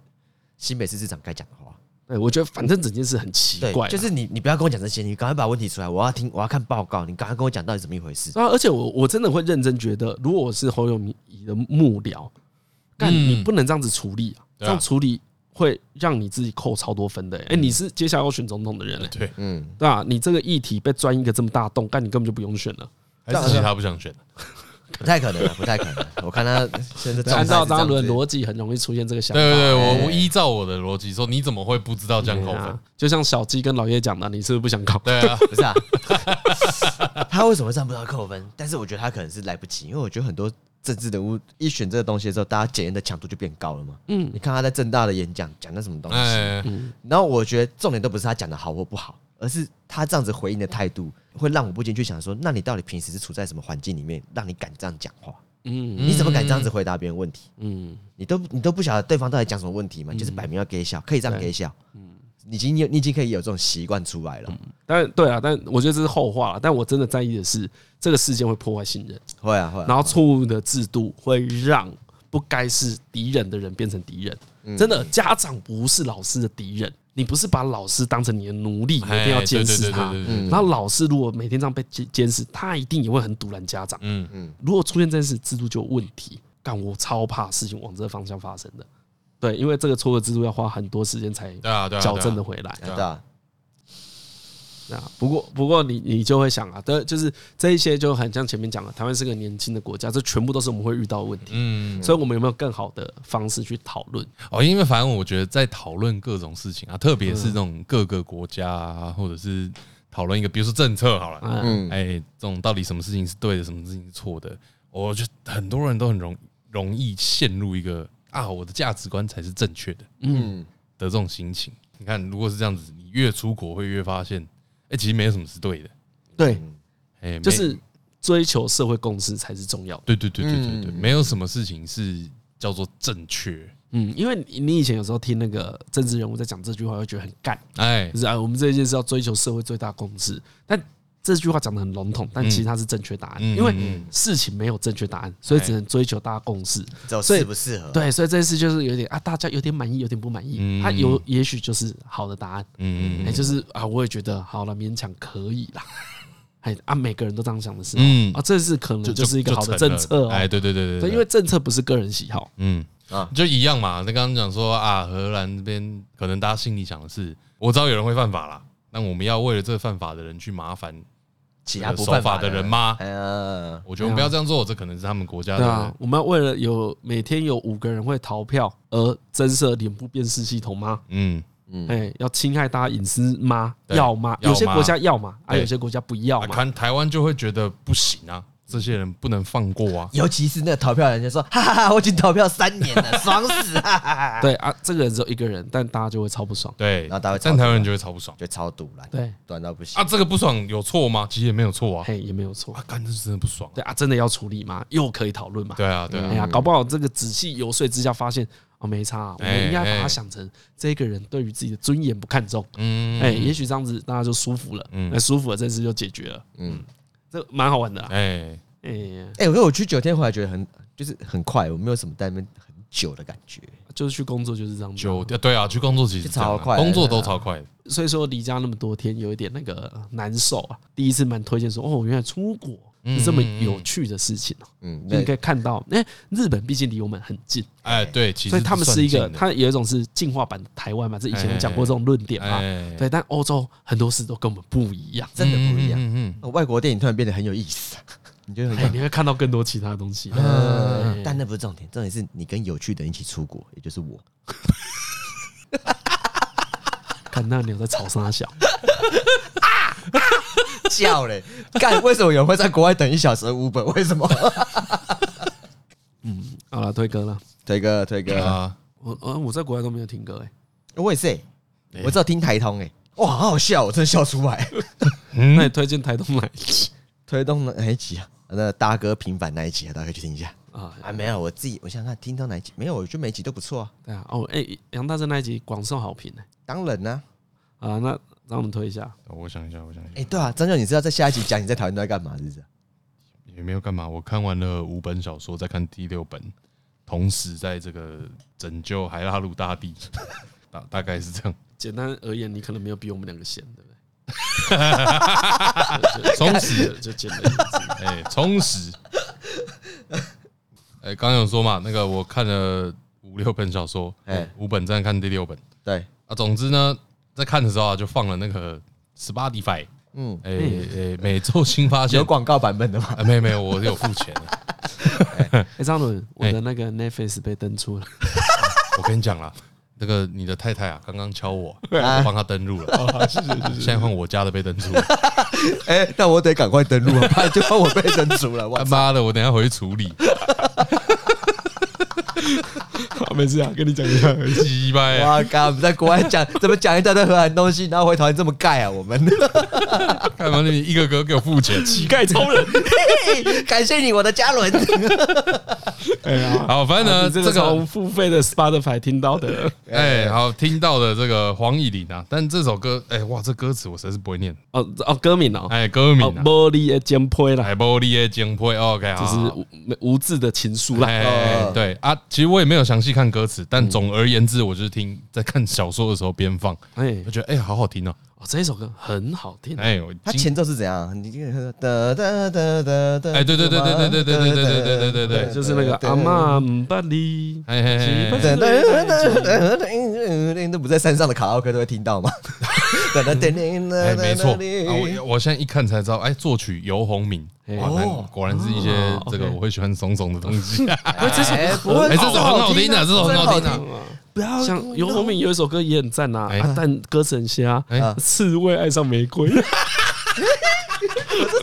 Speaker 1: 新北市市长该讲的话。
Speaker 2: 哎，我觉得反正整件事很奇
Speaker 1: 对
Speaker 2: 怪，，
Speaker 1: 就是你你不要跟我讲这些，你赶快把问题出来，我要听，我要看报告，你赶快跟我讲到底怎么一回事。
Speaker 2: 对啊，而且我我真的会认真觉得，如果我是侯友谊的幕僚，干
Speaker 3: 嗯
Speaker 2: 你不能这样子处理啊，这
Speaker 3: 对啊嗯
Speaker 2: 样处理会让你自己扣超多分的、欸。哎、你是接下来要选总统的人嘞、
Speaker 3: 对，
Speaker 1: 嗯，
Speaker 2: 对吧、你这个议题被钻一个这么大洞，干你根本就不用选了。
Speaker 3: 还是其实他不想选的，
Speaker 1: 不太可能啊，不太可能。我看他现在状态
Speaker 2: 按
Speaker 1: 啊是这
Speaker 2: 照
Speaker 1: 样子
Speaker 2: 张伦的逻辑，很容易出现这个想
Speaker 3: 对
Speaker 2: 法。
Speaker 3: 对对，
Speaker 2: 欸
Speaker 3: 我我依照我的逻辑说，你怎么会不知道这样扣
Speaker 2: 对啊
Speaker 3: 分？
Speaker 2: 就像小鸡跟老叶讲的，你是不是不想考？
Speaker 3: 对啊，
Speaker 1: 不是啊， *laughs* 他为什么这样不知道扣分？但是我觉得他可能是来不及，因为我觉得很多政治人物一选这个东西的时候，大家检验的强度就变高了嘛。嗯，你看他在正大的演讲讲的什么东西，
Speaker 2: 嗯
Speaker 3: 哎，
Speaker 1: 然后我觉得重点都不是他讲的好或不好，而是他这样子回应的态度，会让我不禁去想说，那你到底平时是处在什么环境里面，让你敢这样讲话？
Speaker 2: 嗯
Speaker 1: 你怎么敢这样子回答别人问题？
Speaker 2: 嗯，
Speaker 1: 你都你都不晓得对方到底讲什么问题嘛？就是摆明要给笑，可以这样给笑。嗯，已经有你已经可以有这种习惯出来了，
Speaker 2: 但对啊，但我觉得这是后话了。但我真的在意的是，这个事件会破坏信任。
Speaker 1: 会啊会啊。
Speaker 2: 然后错误的制度会让不该是敌人的人变成敌人。真的，家长不是老师的敌人，你不是把老师当成你的奴隶，每天要
Speaker 3: 哎
Speaker 2: 监
Speaker 3: 对
Speaker 2: 视
Speaker 3: 对对
Speaker 2: 他
Speaker 3: 对对对。
Speaker 2: 然后老师如果每天这样被监监视，他一定也会很堵拦家长。
Speaker 3: 嗯嗯，
Speaker 2: 如果出现这件事，制度就有问题。干，我超怕事情往这个方向发生的。对，因为这个错误的制度要花很多时间才
Speaker 3: 对啊对啊，
Speaker 2: 矫正的回来。
Speaker 1: 对啊，
Speaker 2: 啊，不过不过你你就会想啊，对，就是这一些就很像前面讲的，台湾是个年轻的国家，这全部都是我们会遇到的问题，
Speaker 3: 嗯，
Speaker 2: 所以我们有没有更好的方式去讨论？
Speaker 3: 哦，因为反正我觉得在讨论各种事情啊，特别是这种各个国家啊，或者是讨论一个，比如说政策好了，
Speaker 2: 嗯，
Speaker 3: 哎、这种到底什么事情是对的，什么事情是错的，我觉得很多人都很容容易陷入一个啊，我的价值观才是正确的，嗯的这种心情。你看，如果是这样子，你越出国会越发现，哎、其实没有什么是对的，
Speaker 2: 对，
Speaker 3: 哎、没
Speaker 2: 就是追求社会共识才是重要的。
Speaker 3: 对对对对对对，没有什么事情是叫做正确，
Speaker 2: 嗯，因为你你以前有时候听那个政治人物在讲这句话，会觉得很干，
Speaker 3: 哎
Speaker 2: 就，是啊，我们这一件事要追求社会最大共识，但。这句话讲的很笼统，但其实它是正确答案，
Speaker 3: 嗯嗯
Speaker 2: 因为
Speaker 3: 嗯哎
Speaker 2: 事情没有正确答案，所以只能追求大家共识。
Speaker 1: 走
Speaker 2: 所以
Speaker 1: 适不适合？
Speaker 2: 对，所以这件事就是有点啊，大家有点满意，有点不满意。
Speaker 3: 嗯
Speaker 2: 他有也许就是好的答案，
Speaker 3: 嗯嗯
Speaker 2: 哎，就是啊，我也觉得好了，勉强可以啦。哎啊，每个人都这样想的时
Speaker 3: 嗯
Speaker 2: 候，啊，这是可能就是一个好的政策
Speaker 3: 成了哎，
Speaker 2: 哦。
Speaker 3: 对对对对
Speaker 2: 对，因为政策不是个人喜好，
Speaker 3: 嗯
Speaker 1: 啊
Speaker 3: 就一样嘛。那刚刚讲说啊，荷兰这边可能大家心里想的是，我知道有人会犯法啦，那我们要为了这犯法的人去麻烦，
Speaker 1: 其他不犯
Speaker 3: 守法的人吗
Speaker 1: 哎呀，
Speaker 3: 我觉得我们不要这样做，这可能是他们国家
Speaker 2: 对啊
Speaker 3: 的，。
Speaker 2: 我们要为了有每天有五个人会逃票而增设脸部辨识系统吗？
Speaker 3: 嗯，
Speaker 2: 哎，要侵害大家隐私吗？
Speaker 3: 对
Speaker 2: 要吗？
Speaker 3: 要
Speaker 2: 有些
Speaker 3: 吗
Speaker 2: 国家要嘛，啊，
Speaker 3: 对
Speaker 2: 有些国家不要
Speaker 3: 啊
Speaker 2: 嘛。
Speaker 3: 看台湾就会觉得不行啊，这些人不能放过啊。
Speaker 1: 尤其是那个投票人就说：“哈哈哈，我已经投票三年 *laughs* 了，爽死！”哈哈哈，
Speaker 2: 对啊，这个人只有一个人，但大家就会超不爽。
Speaker 3: 对，
Speaker 1: 然后大家会
Speaker 3: 但
Speaker 1: 吵架
Speaker 3: 台湾人就会超不爽
Speaker 1: 就超堵了，
Speaker 2: 对，
Speaker 1: 短到不行
Speaker 3: 啊。。这个不爽有错吗？其实也没有错啊。
Speaker 2: 嘿，也没有错
Speaker 3: 啊。，干这是真的不爽啊。
Speaker 2: 对啊，真的要处理吗？又可以讨论嘛？
Speaker 3: 对啊，对
Speaker 2: 哎
Speaker 3: 啊，
Speaker 2: 呀，搞不好这个仔细游说之下发现哦，没差啊、我
Speaker 3: 哎
Speaker 2: 们应该把
Speaker 3: 哎
Speaker 2: 它想成这个人对于自己的尊严不看重，
Speaker 3: 嗯，
Speaker 2: 哎，也许这样子大家就舒服了，那舒服了，这事就解决了，嗯，这蛮好玩的啊，
Speaker 3: 哎，
Speaker 2: 哎呀，
Speaker 1: 哎、我跟我去九天回来，觉得很就是很快，我没有什么在那边很久的感觉。
Speaker 2: 就是去工作就是这样子啊，
Speaker 3: 就对啊，去工作其实
Speaker 1: 就超
Speaker 3: 这样啊
Speaker 1: 快的
Speaker 3: 工作都超快的。
Speaker 2: 所以说离家那么多天，有一点那个难受啊。第一次蛮推荐说，哦，原来出国
Speaker 3: 嗯
Speaker 2: 是这么有趣的事情哦、
Speaker 1: 嗯，
Speaker 2: 就
Speaker 1: 那
Speaker 2: 你可以看到，哎，日本毕竟离我们很近，
Speaker 3: 哎，对，其实
Speaker 2: 所以他们是一个，
Speaker 3: 算近的
Speaker 2: 他有一种是进化版的台湾嘛，这以前有讲过这种论点嘛，
Speaker 3: 哎，
Speaker 2: 对，但欧洲很多事都跟我们不一样。
Speaker 1: 真的不一样。
Speaker 3: 嗯嗯嗯
Speaker 1: 呃外国电影突然变得很有意思、啊，你觉得很
Speaker 2: 哎，你会看到更多其他东西。
Speaker 1: 呃，但那不是重点，重点是你跟有趣的人一起出国，也就是 *laughs* 我。
Speaker 2: 看那牛在草沙小，
Speaker 1: 叫嘞，干为什么有人会在国外等一小时五本？为什么？
Speaker 2: 好了，推歌了。
Speaker 1: *laughs* 推哥，推
Speaker 3: 对
Speaker 1: 哥，
Speaker 3: 啊，
Speaker 2: 我呃，我在国外都没有听歌哎、
Speaker 1: 我也是欸，我只有听台通哎，哇，好好笑，我真的笑出来。
Speaker 2: 那你推荐台东哪一集
Speaker 1: 推动哪一集啊？那大哥平反那一集啊，大家去听一下
Speaker 2: 啊？
Speaker 1: 啊。没有，我自己我想想看，听到哪一集没有？我觉得每集都不错啊。
Speaker 2: 对啊，哦，哎、杨大正那一集广受好评哎、
Speaker 1: 当然呢，
Speaker 2: 啊，那让我们推一下。
Speaker 3: 我想一下，我想一下，
Speaker 1: 哎，对啊，张教你知道在下一集讲你在台湾都在干嘛是不是？
Speaker 3: 也没有干嘛。我看完了五本小说，再看第六本，同时在这个拯救海拉鲁大帝， *laughs* 大大概是这样。 *laughs*
Speaker 2: 简单而言，你可能没有比我们两个闲，对不对？
Speaker 3: 充实
Speaker 2: 就就简单一点。
Speaker 3: 哎、充实。 *laughs* 哎、刚刚有说嘛，那个我看了五六本小说，哎、
Speaker 1: 哎
Speaker 3: 五本正在看第六本
Speaker 1: 对，
Speaker 3: 啊。总之呢，在看的时候啊，就放了那个 Spotify，
Speaker 1: 嗯，
Speaker 3: 哎、哎每周新发现
Speaker 1: 有，广告版本的吗？
Speaker 3: 哎、没有没有，我有付钱的。
Speaker 2: 哎、张伦，我的那个 Netflix 被登出了，
Speaker 3: 我跟你讲啦，那个你的太太啊，刚刚敲我，我
Speaker 1: 啊
Speaker 3: 帮她登录了，
Speaker 4: 是是是
Speaker 3: 现在换我家的被登出了。
Speaker 1: 哎，那我得赶快登录啊，不然就怕我被登出了。我
Speaker 3: 他妈的，我等一下回去处理，
Speaker 4: 是，没事啊，跟你讲一下而已。
Speaker 3: 鸡掰啊！
Speaker 1: 哇靠！我们在国外讲怎么讲一大堆荷兰东西，然后回台湾这么盖啊？我们
Speaker 3: 干嘛你一个个给我付钱？
Speaker 4: 乞丐超人，
Speaker 1: 嘿感谢你，我的嘉伦。
Speaker 4: 哎呀，
Speaker 3: 好，反正呢，
Speaker 2: 你这个
Speaker 3: 这个
Speaker 2: 从付费的 Spotify 听到的。
Speaker 3: 哎，好听到的这个黄以玲啊，但这首歌，哎哇，这歌词我实在是不会念。
Speaker 2: 哦哦，歌名哦，
Speaker 3: 哎，歌名
Speaker 2: 哦，
Speaker 3: 啊，哎
Speaker 2: 玻璃的尖坡啦，
Speaker 3: 海波利耶金佩，OK，
Speaker 2: 就
Speaker 3: 好
Speaker 2: 是
Speaker 3: 好。
Speaker 2: 无无字的情书啦。
Speaker 3: 啊哎哎，哎
Speaker 1: 哦
Speaker 3: 对啊，其实我也没有详细看歌词，但总而言之，我就是听在看小说的时候边放，
Speaker 2: 哎
Speaker 3: 我，觉得哎，好好听哦。
Speaker 2: 哦，这一首歌很好听。
Speaker 3: 哎，我
Speaker 1: 他
Speaker 3: 今
Speaker 1: 前奏是怎样？你哒哒哒哒哒。
Speaker 3: 哎对对对对对对对对对对对对对
Speaker 2: 就是那个阿妈姆巴里，
Speaker 3: 哎哎哎哎
Speaker 1: 哒哒哒哒哒。那不在山上的卡拉 OK 都会听
Speaker 3: *laughs*
Speaker 1: 到吗？哒哒哒
Speaker 3: 哎，
Speaker 1: 哒
Speaker 3: 没错，啊我我现在一看才知道，哎，作曲游鸿明，
Speaker 2: 哎
Speaker 3: 哇，那果然是一些
Speaker 2: 哦
Speaker 3: 这个
Speaker 2: OK
Speaker 3: 我会喜欢怂怂的东 *laughs* 西。哎，
Speaker 1: 哎，这首
Speaker 3: 这首很好
Speaker 1: 啊
Speaker 3: 听的，啊这首很好听啊的。
Speaker 1: 不要
Speaker 2: 像游鸿明有一首歌也很赞呐，
Speaker 3: 哎
Speaker 2: 啊，但歌词很瞎啊
Speaker 3: 哎，
Speaker 2: 刺猬爱上玫瑰。 *laughs*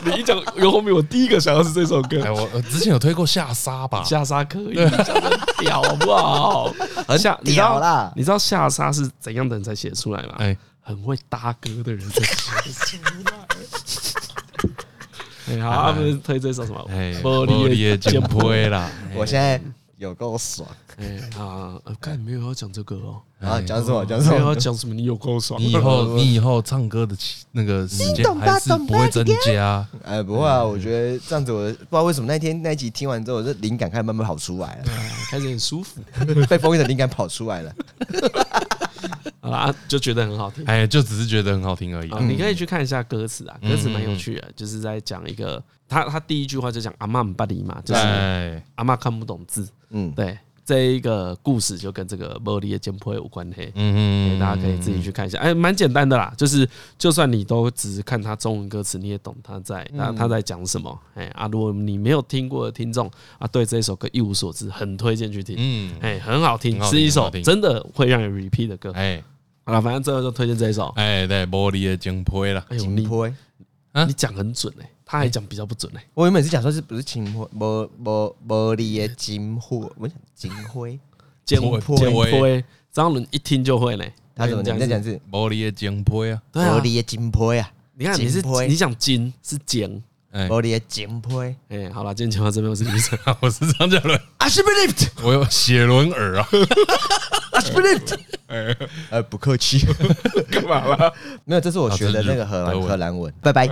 Speaker 2: 你一讲游鸿明，我第一个想到是这首歌
Speaker 3: 哎，。我我之前有推过下沙吧？
Speaker 2: 下沙可以，下沙很屌好不好？
Speaker 1: *laughs* 很
Speaker 2: 下你知
Speaker 1: 屌
Speaker 2: 道
Speaker 1: 啦
Speaker 2: 你知道下沙是怎样的人才写出来吗？
Speaker 3: 哎
Speaker 2: 很会搭歌的人才写得出来。 *laughs* 哎，好，他们推这首什么？
Speaker 3: 哎，
Speaker 2: 玻
Speaker 3: 玻
Speaker 2: 璃的
Speaker 3: 璃的
Speaker 2: 肩
Speaker 3: 肩
Speaker 2: 膊。
Speaker 3: 盔啦，
Speaker 1: 我现在有够爽
Speaker 2: 哎啊，呃看没有要讲这个哦，
Speaker 3: 哎
Speaker 1: 啊！讲什么？讲什
Speaker 2: 没有要
Speaker 1: 么？
Speaker 2: 讲什么，你有够爽。
Speaker 3: 你以后你以后唱歌的起那个时间还是不会增加。
Speaker 1: 哎，不会啊，我觉得这样子，我不知道为什么那天那一集听完之后，我这灵感开始慢慢跑出来了。
Speaker 2: 哎开始很舒服，
Speaker 3: *laughs*
Speaker 1: 被封印的灵感跑出来了。
Speaker 2: *laughs* 好啦，就觉得很好听。
Speaker 3: 哎，就只是觉得很好听而已
Speaker 2: 啊，。你可以去看一下歌词啊，歌词蛮有趣的，就是在讲一个他他第一句话就讲阿妈不理嘛，就是
Speaker 3: 哎，
Speaker 2: 阿妈看不懂字，
Speaker 1: 嗯，
Speaker 2: 对，这一个故事就跟这个玻璃的剑坡有关系。
Speaker 3: 嗯
Speaker 2: 对大家可以自己去看一下，哎，蛮简单的啦，就是就算你都只是看他中文歌词，你也懂他在那他在讲什么，哎啊，如果你没有听过的听众啊，对这首歌一无所知，很推荐去听，
Speaker 3: 嗯，
Speaker 2: 哎，很好听
Speaker 3: 很，好听
Speaker 2: 是一
Speaker 3: 很
Speaker 2: 首
Speaker 3: 好听
Speaker 2: 真的会让人 repeat 的歌。
Speaker 3: 哎
Speaker 2: 好了，反正最后就推荐这一首。
Speaker 3: 哎，对，玻璃的肩盔啦。
Speaker 2: 哎呦，
Speaker 1: 金
Speaker 2: 你
Speaker 1: 坡欸，
Speaker 3: 啊
Speaker 2: 你讲很准哎、他还讲比较不准哎、
Speaker 1: 我原本是讲说是不是金坡，玻玻玻璃的金灰，我想金灰，
Speaker 2: 剑
Speaker 3: 剑
Speaker 2: 坡
Speaker 3: 坡
Speaker 2: 剑坡，欸张伦一听就会嘞、哎
Speaker 1: 他怎么讲？
Speaker 2: 你
Speaker 1: 你在讲是
Speaker 3: 玻璃的肩盔啊， *laughs*
Speaker 2: 对
Speaker 1: 玻
Speaker 2: 啊
Speaker 1: 璃，的金坡呀，
Speaker 2: 你看你
Speaker 1: 金
Speaker 2: 是
Speaker 1: 坡欸
Speaker 2: 你讲金是金，
Speaker 3: 哎，
Speaker 1: 玻璃的金坡。
Speaker 2: 哎、好了，今天节目到这边，我是李医生，
Speaker 3: 我是张嘉伦，
Speaker 1: I s b e l i e v e
Speaker 3: 我有写轮耳啊。
Speaker 1: I s b e l i e
Speaker 4: *laughs*
Speaker 1: v e 呃，不客气，
Speaker 4: 哎干嘛啦？
Speaker 1: *laughs*
Speaker 4: 哦
Speaker 1: 没有，这是我学的那个荷兰荷兰文，拜拜。